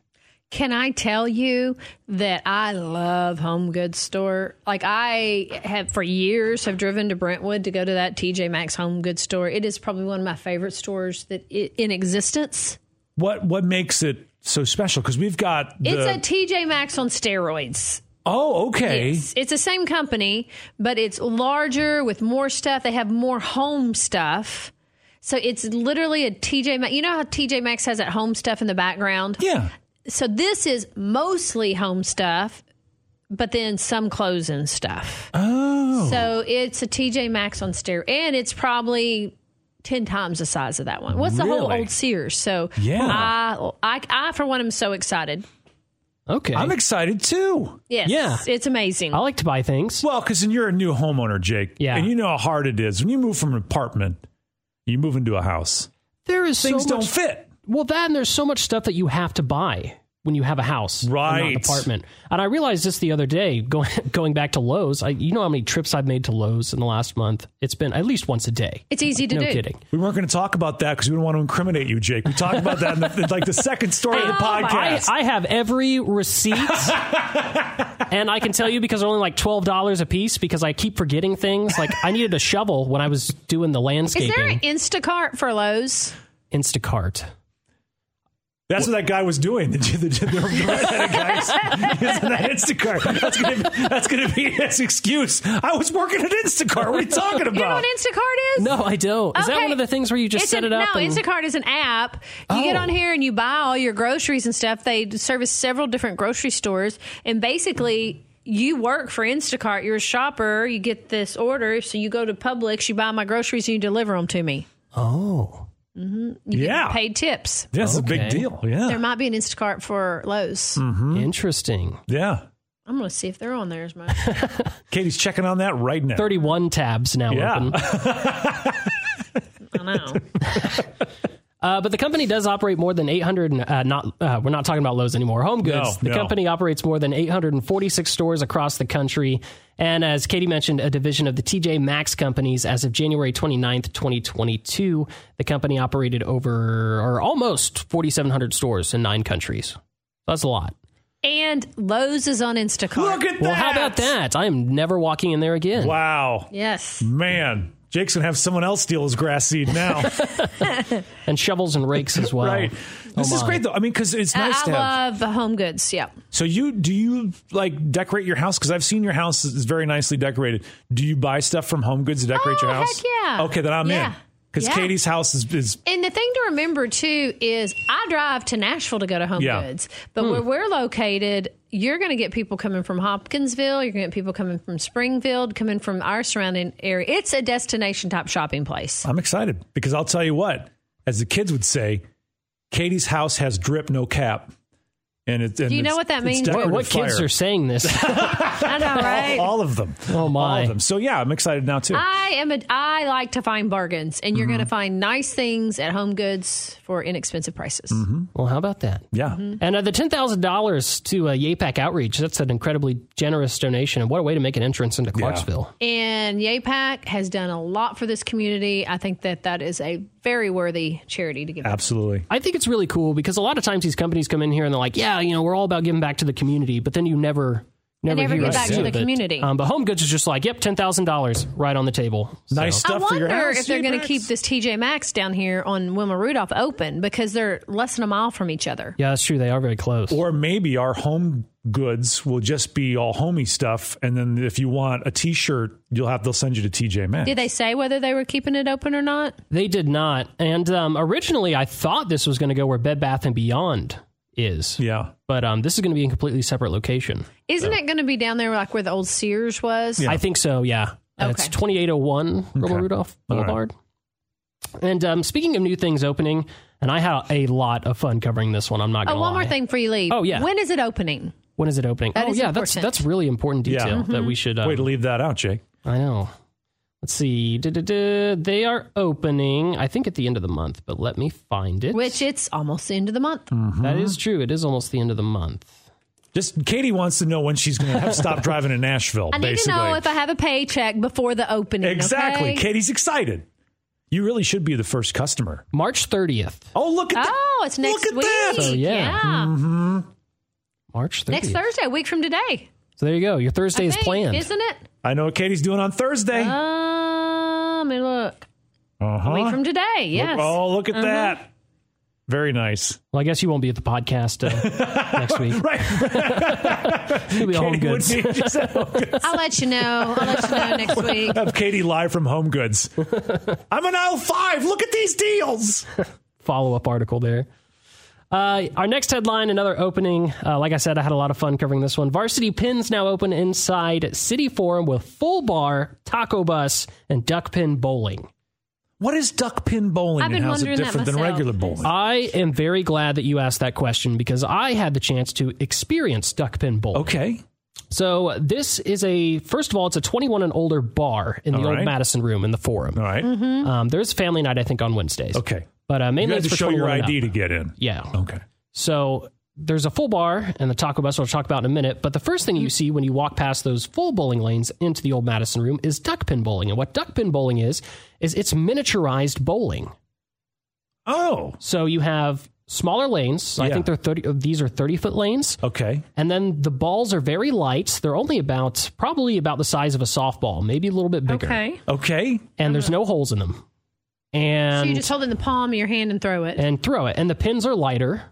B: Can I tell you that I love Home Goods store? Like I have for years have driven to Brentwood to go to that TJ Maxx Home Goods store. It is probably one of my favorite stores that i- in existence.
C: What what makes it so special? Because we've got the,
B: It's a TJ Maxx on steroids.
C: oh okay
B: It's, it's the same company, but it's larger with more stuff. They have more home stuff. So it's literally a TJ Maxx. You know how TJ Maxx has that home stuff in the background?
C: yeah.
B: so this is mostly home stuff, but then some clothes and stuff.
C: Oh,
B: So it's a TJ Maxx on stair, and it's probably ten times the size of that one. What's the whole
C: Really?
B: old Sears? So
C: Yeah.
B: I, I, I for one, am so excited.
A: Okay,
C: I'm excited too.
B: Yes,
A: Yeah. Oh,
B: it's amazing.
A: I like to buy things.
C: Well, because you're a new homeowner, Jake.
A: Yeah.
C: and you know how hard it is when you move from an apartment, you move into a house.
A: There is
C: Things
A: so
C: don't
A: much,
C: fit.
A: Well, that and there's so much stuff that you have to buy when you have a house, and not an
C: Right.
A: apartment. And I realized this the other day, going going back to Lowe's. I, you know how many trips I've made to Lowe's in the last month? It's been at least once a day.
B: it's easy to
A: no
B: do.
A: kidding.
C: We weren't going to talk about that because we didn't want to incriminate you, Jake. We talked about that in, the, in like the second story of the
A: Oh,
B: my-
C: podcast.
A: I, I have every receipt, and I can tell you because they're only like twelve dollars a piece because I keep forgetting things. Like I needed a shovel when I was doing the
B: Is
A: landscaping.
B: there an Instacart for Lowe's?
A: Instacart.
C: That's what that guy was doing. The, the, the, the, the redheaded guys using that Instacart. That's going to that's going to be his excuse. I was working at Instacart. What are you talking
B: You know
C: about?
B: what Instacart is?
A: No, I don't. Is that
B: Okay.
A: one of the things where you just
B: It's
A: set
B: a-
A: it up?
B: No,
A: and-
B: Instacart is an app. You get
A: Oh.
B: on here and you buy all your groceries and stuff. They service several different grocery stores, and basically. You work for Instacart. You're a shopper. You get this order, so you go to Publix. You buy my groceries and you deliver them to me.
A: oh,
C: yeah,
B: Paid tips.
C: that's a big
A: Okay.
C: deal.
B: There
C: Yeah,
B: might be an Instacart for Lowe's.
A: Hmm. interesting.
C: yeah.
B: I'm going to see if they're on there as much.
C: Katie's checking on that right now.
A: Thirty-one tabs now
C: Yeah.
A: open.
B: I know.
A: Uh, but the company does operate more than 800. and, Uh, not uh, we're not talking about Lowe's anymore. Home Goods. the
C: no.
A: company operates more than 846 stores across the country, and as Katie mentioned, a division of the TJ Maxx companies. As of January 29th, 2022, the company operated over or almost 4,700 stores in nine countries. That's a lot.
B: And Lowe's is on Instacart.
C: Look at that.
A: Well, how about that? I am never walking in there again.
C: Wow,
B: yes.
C: man. Jake's gonna have someone else steal his grass seed now,
B: Oh
A: And shovels and rakes as well.
C: right? This is great though. I mean, because it's
B: I,
C: nice
B: I
C: to have.
B: love the home goods. Yeah.
C: So you do you like decorate your house? Because I've seen your house is very nicely decorated. Do you buy stuff from Home Goods to decorate
B: Oh,
C: your house?
B: heck yeah.
C: Okay, then I'm
B: Yeah.
C: in. Because
B: Yeah.
C: Katie's house is, is
B: And the thing to remember too is I drive to Nashville to go to Home
C: Yeah.
B: Goods, but where we're located, you're going to get people coming from Hopkinsville, you're going to get people coming from Springfield, coming from our surrounding area. It's a destination type shopping place.
C: I'm excited because I'll tell you what, as the kids would say, Katie's house has drip no cap. And it's and
B: you know
C: it's-
B: what that
C: it's
B: means?
A: What,
C: decorative
A: what kids
C: fire.
A: are saying this?
B: I know, right?
C: all, all of them.
A: Oh,
C: All
A: my.
C: of them. So yeah, I'm excited now too.
B: I am a I like to find bargains and you're going to find nice things at Home Goods for inexpensive prices.
A: well, how about that?
C: yeah.
A: And uh, the ten thousand dollars to uh, YAPAC Outreach, that's an incredibly generous donation. And what a way to make an entrance into Clarksville.
B: And YAPAC has done a lot for this community. I think that that is a very worthy charity to give. back.
C: Absolutely.
A: I think it's really cool because a lot of times these companies come in here and they're like, yeah, you know, we're all about giving back to the community, but then you never. Never,
B: never
A: hear
B: give
A: us
B: back to
A: do
B: the
A: it.
B: community.
A: Um, but Home Goods is just like, yep, ten thousand dollars right on the table. So-
C: Nice
B: I
C: stuff for
B: wonder
C: your house.
B: if they're going to
C: T-Rex.
B: keep this TJ Maxx down here on Wilma Rudolph open because they're less than a mile from each other.
A: Yeah, that's true. They are very close.
C: Or maybe our home goods will just be all homey stuff, and then if you want a T-shirt, you'll have they'll send you to TJ Maxx.
B: Did they say whether they were keeping it open or not?
A: they did not. And um, originally, I thought this was going to go where Bed Bath and Beyond is,
C: Yeah,
A: but um, this is going to be a completely separate location.
B: Isn't it going to be down there like where the old Sears was?
A: I think so, yeah. Uh, It's
B: Okay.
A: 2801 Wilma Rudolph
C: All right.
A: Boulevard. And um, speaking of new things opening, and I had a lot of fun covering this one. I'm not
B: Oh,
A: going to
B: one more thing before you leave.
A: Oh, yeah.
B: When is it opening?
A: When is it opening?
B: That
A: oh,
B: is
A: yeah, that's
B: important. Mm-hmm.
A: that's really important
C: Yeah.
A: detail that we should. Um,
C: way to leave that out, Jake.
A: I uh, know. Let's see. Du-du-du. They are opening, I think, at the end of the month, but let me find it.
B: Which it's almost the end of the month.
C: Mm, Mm-hmm.
A: that is true. It is almost the end of the month.
C: Just Katie wants to know when she's going to have stopped driving to Nashville.
B: I need
C: basically.
B: to know if I have a paycheck before the opening.
C: exactly.
B: okay?
C: Katie's excited. You really should be the first customer.
A: March 30th.
C: Oh, look at that.
B: Oh, it's next
C: Look at
B: week.
C: that.
A: So, yeah.
C: Mm-hmm.
A: March 30th.
B: Next Thursday, a week from today.
A: So there you go. Your Thursday
B: I
A: is
B: think,
A: planned.
B: Isn't it?
C: I know what Katie's doing on Thursday.
B: Oh, Um, let me look.
C: Uh-huh.
B: A week from Uh-huh. today. Yes.
C: Oh, look at that. Very nice.
A: Well, I guess you won't be at the podcast uh, next week.
C: Right.
A: You'll be at Home
C: Katie would
A: Goods.
C: be just
B: I'll let you know. I'll let you know next week.
C: have Katie live from Home Goods. I'm an aisle five. Look at these deals.
A: follow up article there. Uh, our next headline, another opening. Uh, like I said, I had a lot of fun covering this one. Varsity Pins now open inside City Forum with full bar, taco bus, and duck pin bowling.
C: What is duck pin bowling
B: I've
C: and
B: been
C: how's it
B: wondering that
C: different than
B: myself.
C: regular bowling?
A: I am very glad that you asked that question because I had the chance to experience duck pin bowling.
C: okay.
A: So this is a first of all, it's a 21 and older bar in the
C: All
A: old
C: right.
A: Madison Room in the Forum.
C: All right.
B: Mm-hmm.
A: Um, there's family night, I think, on Wednesdays.
C: Okay.
A: but uh,
C: You
A: mainly
C: had
A: it's for
C: to show your
A: 21 and
C: ID
A: up.
C: to get in.
A: Yeah.
C: Okay.
A: So there's a full bar and the taco bus, which I'll talk about in a minute. But the first thing you see when you walk past those full bowling lanes into the old Madison room is duck pin bowling. And what duck pin bowling is, is it's miniaturized bowling.
C: Oh.
A: So you have smaller lanes. So I
C: Yeah.
A: think they're 30, uh, these are 30 foot lanes.
C: Okay.
A: And then the balls are very light. They're only about, probably about the size of a softball, maybe a little bit bigger.
B: Okay.
C: Okay.
A: And there's no holes in them. And
B: So you just hold it in the palm of your hand and throw it.
A: and throw it. And the pins are lighter.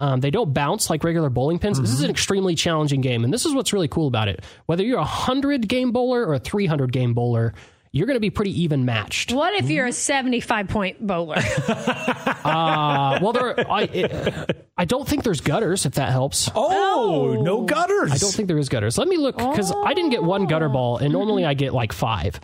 A: Um, they don't bounce like regular bowling pins. This
C: Mm-hmm.
A: is an extremely challenging game, and this is what's really cool about it. Whether you're a hundred game bowler or a three hundred game bowler, you're going to be pretty even matched.
B: What if you're a 75 point bowler?
A: Uh, well, there, are, I, it, I don't think there's gutters. If that helps,
C: Oh, no gutters.
A: I don't think there is gutters. Let me look because I didn't get one gutter ball,
C: Oh.
A: and normally I get like five.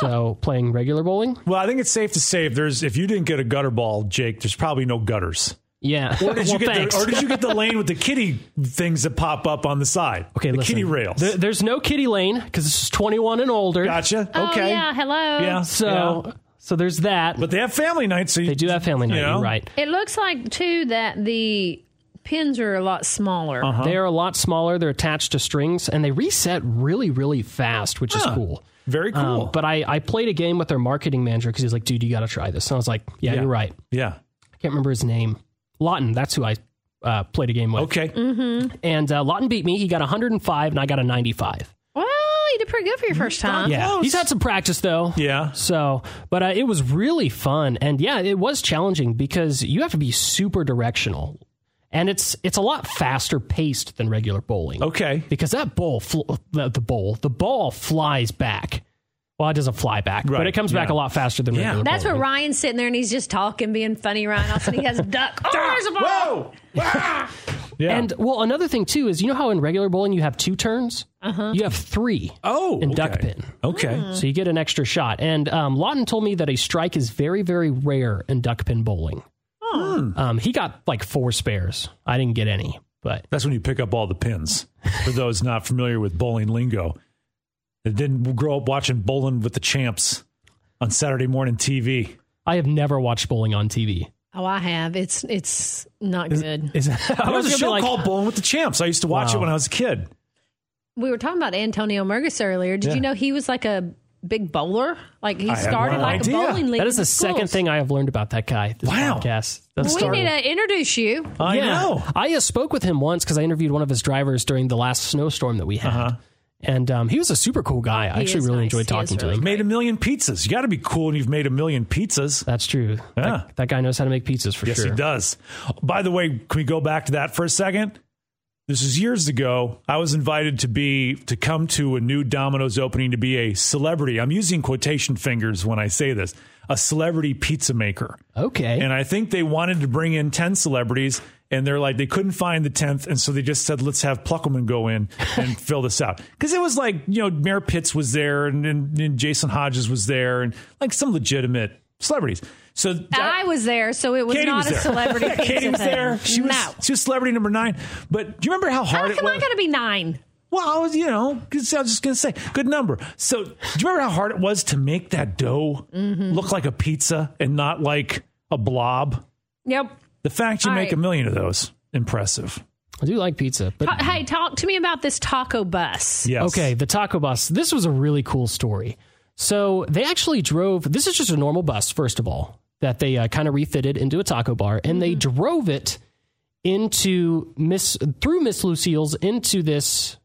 A: So playing regular bowling,
C: Well, I think it's safe to say if there's if you didn't get a gutter ball, Jake, there's probably no gutters.
A: yeah.
C: Or
A: well,
C: did you get
A: thanks.
C: the, or did you get the lane with the kitty things that pop up on the side?
A: okay,
C: the
A: listen.
C: kitty rails.
A: There- there's no kitty lane because this is 21 and older.
C: gotcha. okay.
B: Oh, yeah. Hello.
C: Yeah.
A: So,
C: Yeah.
A: so there's that.
C: But they have family nights, so you,
A: They do have family night,
C: You know?
A: you're right.
B: It looks like, too, that the pins are a lot smaller.
C: Uh-huh.
A: They are a lot smaller. They're attached to strings and they reset really, really fast, which is cool.
C: very cool.
A: Um, but I, I played a game with their marketing manager because he's like, dude, you got to try this. And I was like, yeah, you're right.
C: yeah.
A: I can't remember his name. Lawton, that's who I uh, played a game with.
C: Okay.
B: Mm-hmm.
A: And uh, Lawton beat me. He got 105 and I got a 95.
B: Well, you did pretty good for your first time.
A: Yeah.
C: Close.
A: He's had some practice though.
C: Yeah.
A: So, but uh, it was really fun, and yeah, it was challenging because you have to be super directional, and it's it's a lot faster paced than regular bowling.
C: Okay.
A: because that bowl, fl- the, the bowl, the ball flies back. Well, it doesn't fly back, but
C: Right,
A: it comes back a
C: yeah.
A: lot faster than regular.
B: That's
A: bowling.
B: what Ryan's sitting there and he's just talking, being funny, Ryan. All of a sudden he has a duck. Oh, there's a ball.
C: Whoa. yeah.
A: And well, another thing too is you know how in regular bowling you have two turns, uh-huh. you have three.
C: oh,
A: in
C: okay.
A: duck pin.
C: Okay.
B: Uh-huh.
A: So you get an extra shot. And um, Lawton told me that a strike is very, very rare in duck pin bowling.
C: Hmm.
A: Um, he got like four spares. I didn't get any, but
C: That's when you pick up all the pins. For those not familiar with bowling lingo, that didn't grow up watching bowling with the champs on Saturday morning TV.
A: I have never watched bowling on TV.
B: Oh, I have. It's it's not good.
A: Is I
C: There
A: was
C: was a
A: gonna be
C: show
A: like,
C: called Bowling with the Champs. I used to watch it
A: Wow.
C: when I was a kid.
B: we were talking about Antonio Murgis earlier. Did
C: Yeah.
B: you know he was like a big bowler? Like he
C: I had
B: started
C: no
B: like
C: idea.
B: a bowling league.
A: That is
B: in
A: the second
B: schools.
A: thing I have learned about that guy. This
C: Wow.
A: Podcast.
B: We
A: That's
B: need to introduce you.
C: I
A: yeah.
C: know.
A: I uh, spoke with him once because I interviewed one of his drivers during the last snowstorm that we had.
C: Uh-huh.
A: And um, he was a super cool guy. I
B: He
A: actually
B: is
A: really
B: nice. He
A: enjoyed
B: is
A: talking to
B: really
A: him.
C: Made a million pizzas. You got to be cool when you've made a million pizzas.
A: That's true.
C: Yeah.
A: That, that guy knows how to make pizzas for
C: Yes,
A: sure.
C: he does. By the way, can we go back to that for a second? This is years ago. I was invited to be to come to a new Domino's opening to be a celebrity. I'm using quotation fingers when I say this. A celebrity pizza maker.
A: Okay.
C: And I think they wanted to bring in 10 celebrities and they're like they couldn't find the 10th and so they just said let's have Pluckelman go in and fill this out. Cuz it was like, you know, Mayor Pitts was there and, and, and Jason Hodges was there and like some legitimate celebrities. So
B: I was there, so it was
C: Katie
B: not
C: was
B: a
C: there.
B: celebrity.
C: Yeah, Katie
B: pizza
C: was
B: thing.
C: there. She was
B: no.
C: she was celebrity number nine. But do you remember how hard
B: How
C: it
B: come I
C: was?
B: got to be nine?
C: Well, I was, you know, 'cause I was just going to say, good number. So, do you remember how hard it was to make that dough look like a pizza and not like a blob?
B: Yep.
C: The fact you
B: All
C: make
B: right.
C: a million of those, impressive.
A: I do like pizza, but
B: Ta- hey, talk to me about this taco bus.
C: Yes.
A: Okay, the taco bus. This was a really cool story. So they actually drove. This is just a normal bus, first of all, that they uh, kind of refitted into a taco bar, and they drove it into Miss through Miss Lucille's into this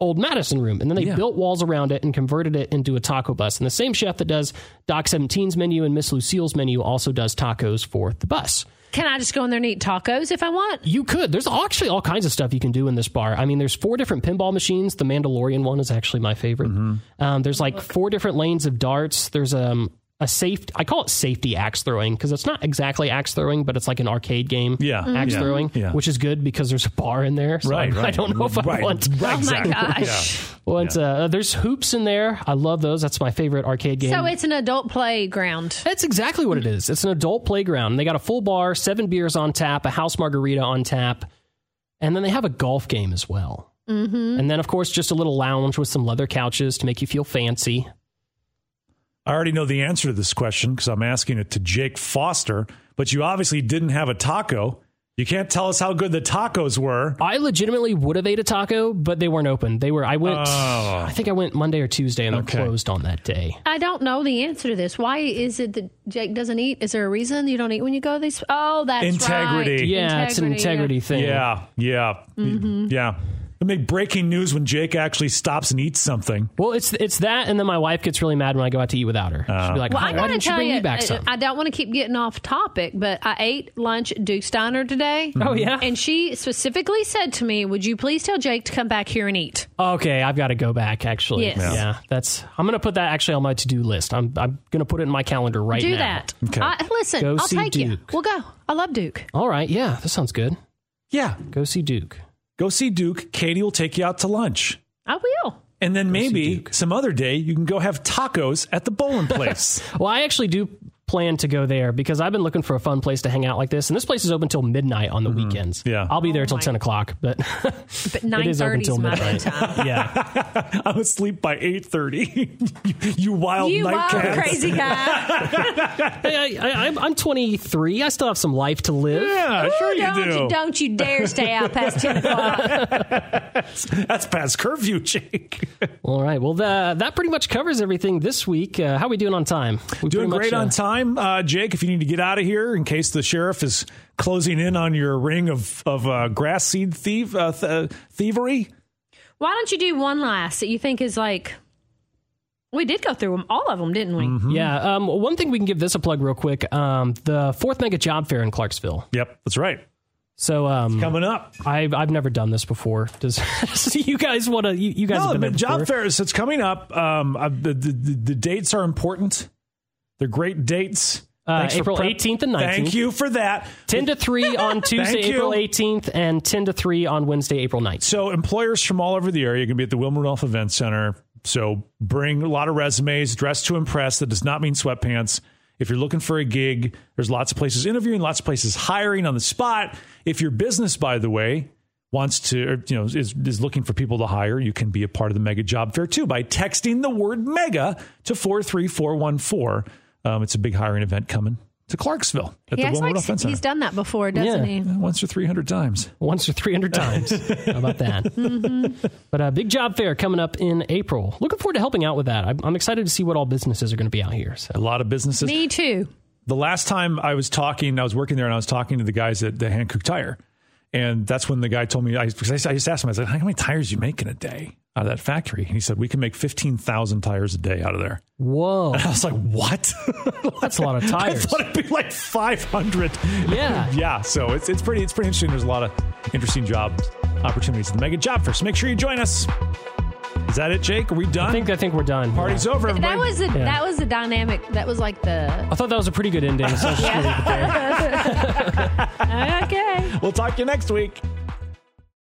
A: old Madison room, and then they
C: Yeah.
A: built walls around it and converted it into a taco bus. And the same chef that does Doc 17's menu and Miss Lucille's menu also does tacos for the bus.
B: Can I just go in there and eat tacos if I want?
A: You could. There's actually all kinds of stuff you can do in this bar. I mean, there's four different pinball machines. The Mandalorian one is actually my favorite.
C: Mm-hmm.
A: Um, there's like four different lanes of darts. There's um, a safe. I call it safety axe throwing because it's not exactly axe throwing, but it's like an arcade game.
C: Yeah. Mm-hmm.
A: axe
C: Yeah.
A: throwing,
C: Yeah.
A: which is good because there's a bar in there. So
C: Right,
A: I,
C: right.
A: don't know if I
C: Right,
A: want.
C: right,
B: Oh my
C: exactly.
B: gosh.
A: want uh, there's hoops in there. I love those. That's my favorite arcade game.
B: So it's an adult playground.
A: That's exactly what it is. It's an adult playground. They got a full bar, seven beers on tap, a house margarita on tap, and then they have a golf game as well. Mm-hmm. And then, of course, just a little lounge with some leather couches to make you feel fancy.
C: I already know the answer to this question because I'm asking it to Jake Foster, but you obviously didn't have a taco. You can't tell us how good the tacos were.
A: I legitimately would have ate a taco, but they weren't open. They were. I went.
C: Oh.
A: I think I went Monday or Tuesday, and
C: Okay.
A: they're closed on that day.
B: I don't know the answer to this. Why is it that Jake doesn't eat? Is there a reason you don't eat when you go to these? Oh, that's right.
C: Integrity.
A: Yeah, it's an integrity
B: yeah.
A: thing.
C: Yeah, yeah, yeah. I make breaking news when Jake actually stops and eats something.
A: Well, it's it's that, and then my wife gets really mad when I go out to eat without her. She'll be like,
B: Well,
A: "Oh,
B: I
A: "Why
B: gotta
A: didn't you
B: tell
A: bring
B: you, uh,
A: me back
B: I-
A: some?"
B: I don't want to keep getting off topic, but I ate lunch at Duke's Diner today. Mm-hmm.
A: Oh, yeah?
B: and she specifically said to me, "Would you please tell Jake to come back here and eat?"
A: Okay, I've got to go back. Actually,
B: Yes. Yeah.
A: yeah, that's. I'm gonna put that actually on my to do list. I'm I'm gonna put it in my calendar right
B: Do
A: now.
B: that.
C: Okay.
B: I, listen,
A: Go
B: I'll
A: see
B: take you.
A: Duke.
B: We'll go. I love Duke.
A: All right, yeah, that sounds good.
C: Yeah,
A: Go see Duke.
C: go see Duke. Katie will take you out to lunch,
B: I will.
C: and then maybe some other day you can go have tacos at the bowling place.
A: Well, I actually do plan to go there because I've been looking for a fun place to hang out like this, and this place is open till midnight on the weekends.
C: Mm-hmm. Yeah.
A: I'll be there
B: Oh,
A: till
B: my-
A: ten o'clock, but
B: But
A: it
B: nine
A: is open
B: thirty
A: till
B: is my
A: midnight.
B: bedtime.
A: yeah,
C: I'm asleep by eight thirty. you wild
B: You
C: Oh, night
B: wild
C: cats.
B: crazy guy.
A: Hey, I, I, I'm I'm 23. I still have some life to live.
C: Yeah, sure you
B: don't,
C: do.
B: You, don't you dare stay out past 10 o'clock.
C: That's past curfew, Jake.
A: All right. Well, the, that pretty much covers everything this week. Uh, how are we doing on time? We
C: Doing
A: pretty much,
C: great
A: uh,
C: on time, uh, Jake. If you need to get out of here, in case the sheriff is closing in on your ring of of uh, grass seed thief uh, th- uh, thievery.
B: Why don't you do one last that you think is like. We did go through them, all of them, didn't we?
C: Mm-hmm.
A: Yeah. Um, one thing we can give this a plug real quick. Um, the fourth mega job fair in Clarksville.
C: Yep, that's right.
A: So um,
C: Coming up.
A: I've I've never done this before. Does so you guys want to? You, you guys
C: No,
A: have
C: Oh, the
A: been there
C: job
A: before?
C: fairs. It's coming up. Um, I, the, the the the dates are important. They're great dates.
A: Uh,
C: Thanks for
A: April
C: prep-
A: 18th and 19th.
C: Thank you for that.
A: Ten to three on Tuesday,
C: Thank you.
A: April 18th, and ten to three on Wednesday, April 9th.
C: So employers from all over the area are going to be at the Wilmer Rudolph Event Center. So bring a lot of resumes, dress to impress. That does not mean sweatpants. If you're looking for a gig, there's lots of places interviewing, lots of places hiring on the spot. If your business, by the way, wants to, or, you know, is, is looking for people to hire, you can be a part of the Mega Job Fair too by texting the word Mega to 43414. Um, it's a big hiring event coming to Clarksville at
B: He
C: the
B: acts
C: Wilmer
B: like
C: Rudolph Event Center.
B: he's done that before, doesn't
A: Yeah.
B: he?
C: Once or 300 times.
A: Once or 300 times. How about that?
C: Mm-hmm.
A: But a big job fair coming up in April. Looking forward to helping out with that. I'm, I'm excited to see what all businesses are going to be out here. So.
C: A lot of businesses.
B: Me too.
C: the last time I was talking, I was working there and I was talking to the guys at the Hankook Tire. And that's when the guy told me, I, because I, s- I just asked him, I said, how many tires you make in a day out of that factory? And he said, we can make 15,000 tires a day out of there.
A: Whoa,
C: I was like, what?
A: that's a lot of
C: I
A: tires.
C: thought it'd be like 500.
A: Yeah.
C: Yeah. So it's, it's pretty, it's pretty interesting. There's a lot of interesting job opportunities at the Mega Job Fair. So make sure you join us. Is that it, Jake? Are we done?
A: I think I think we're done.
C: Party's over. Everybody.
B: That was a, that was a dynamic. That was like the.
A: I thought that was a pretty good ending. So I was just gonna leave it there.
B: Okay.
C: we'll talk to you next week.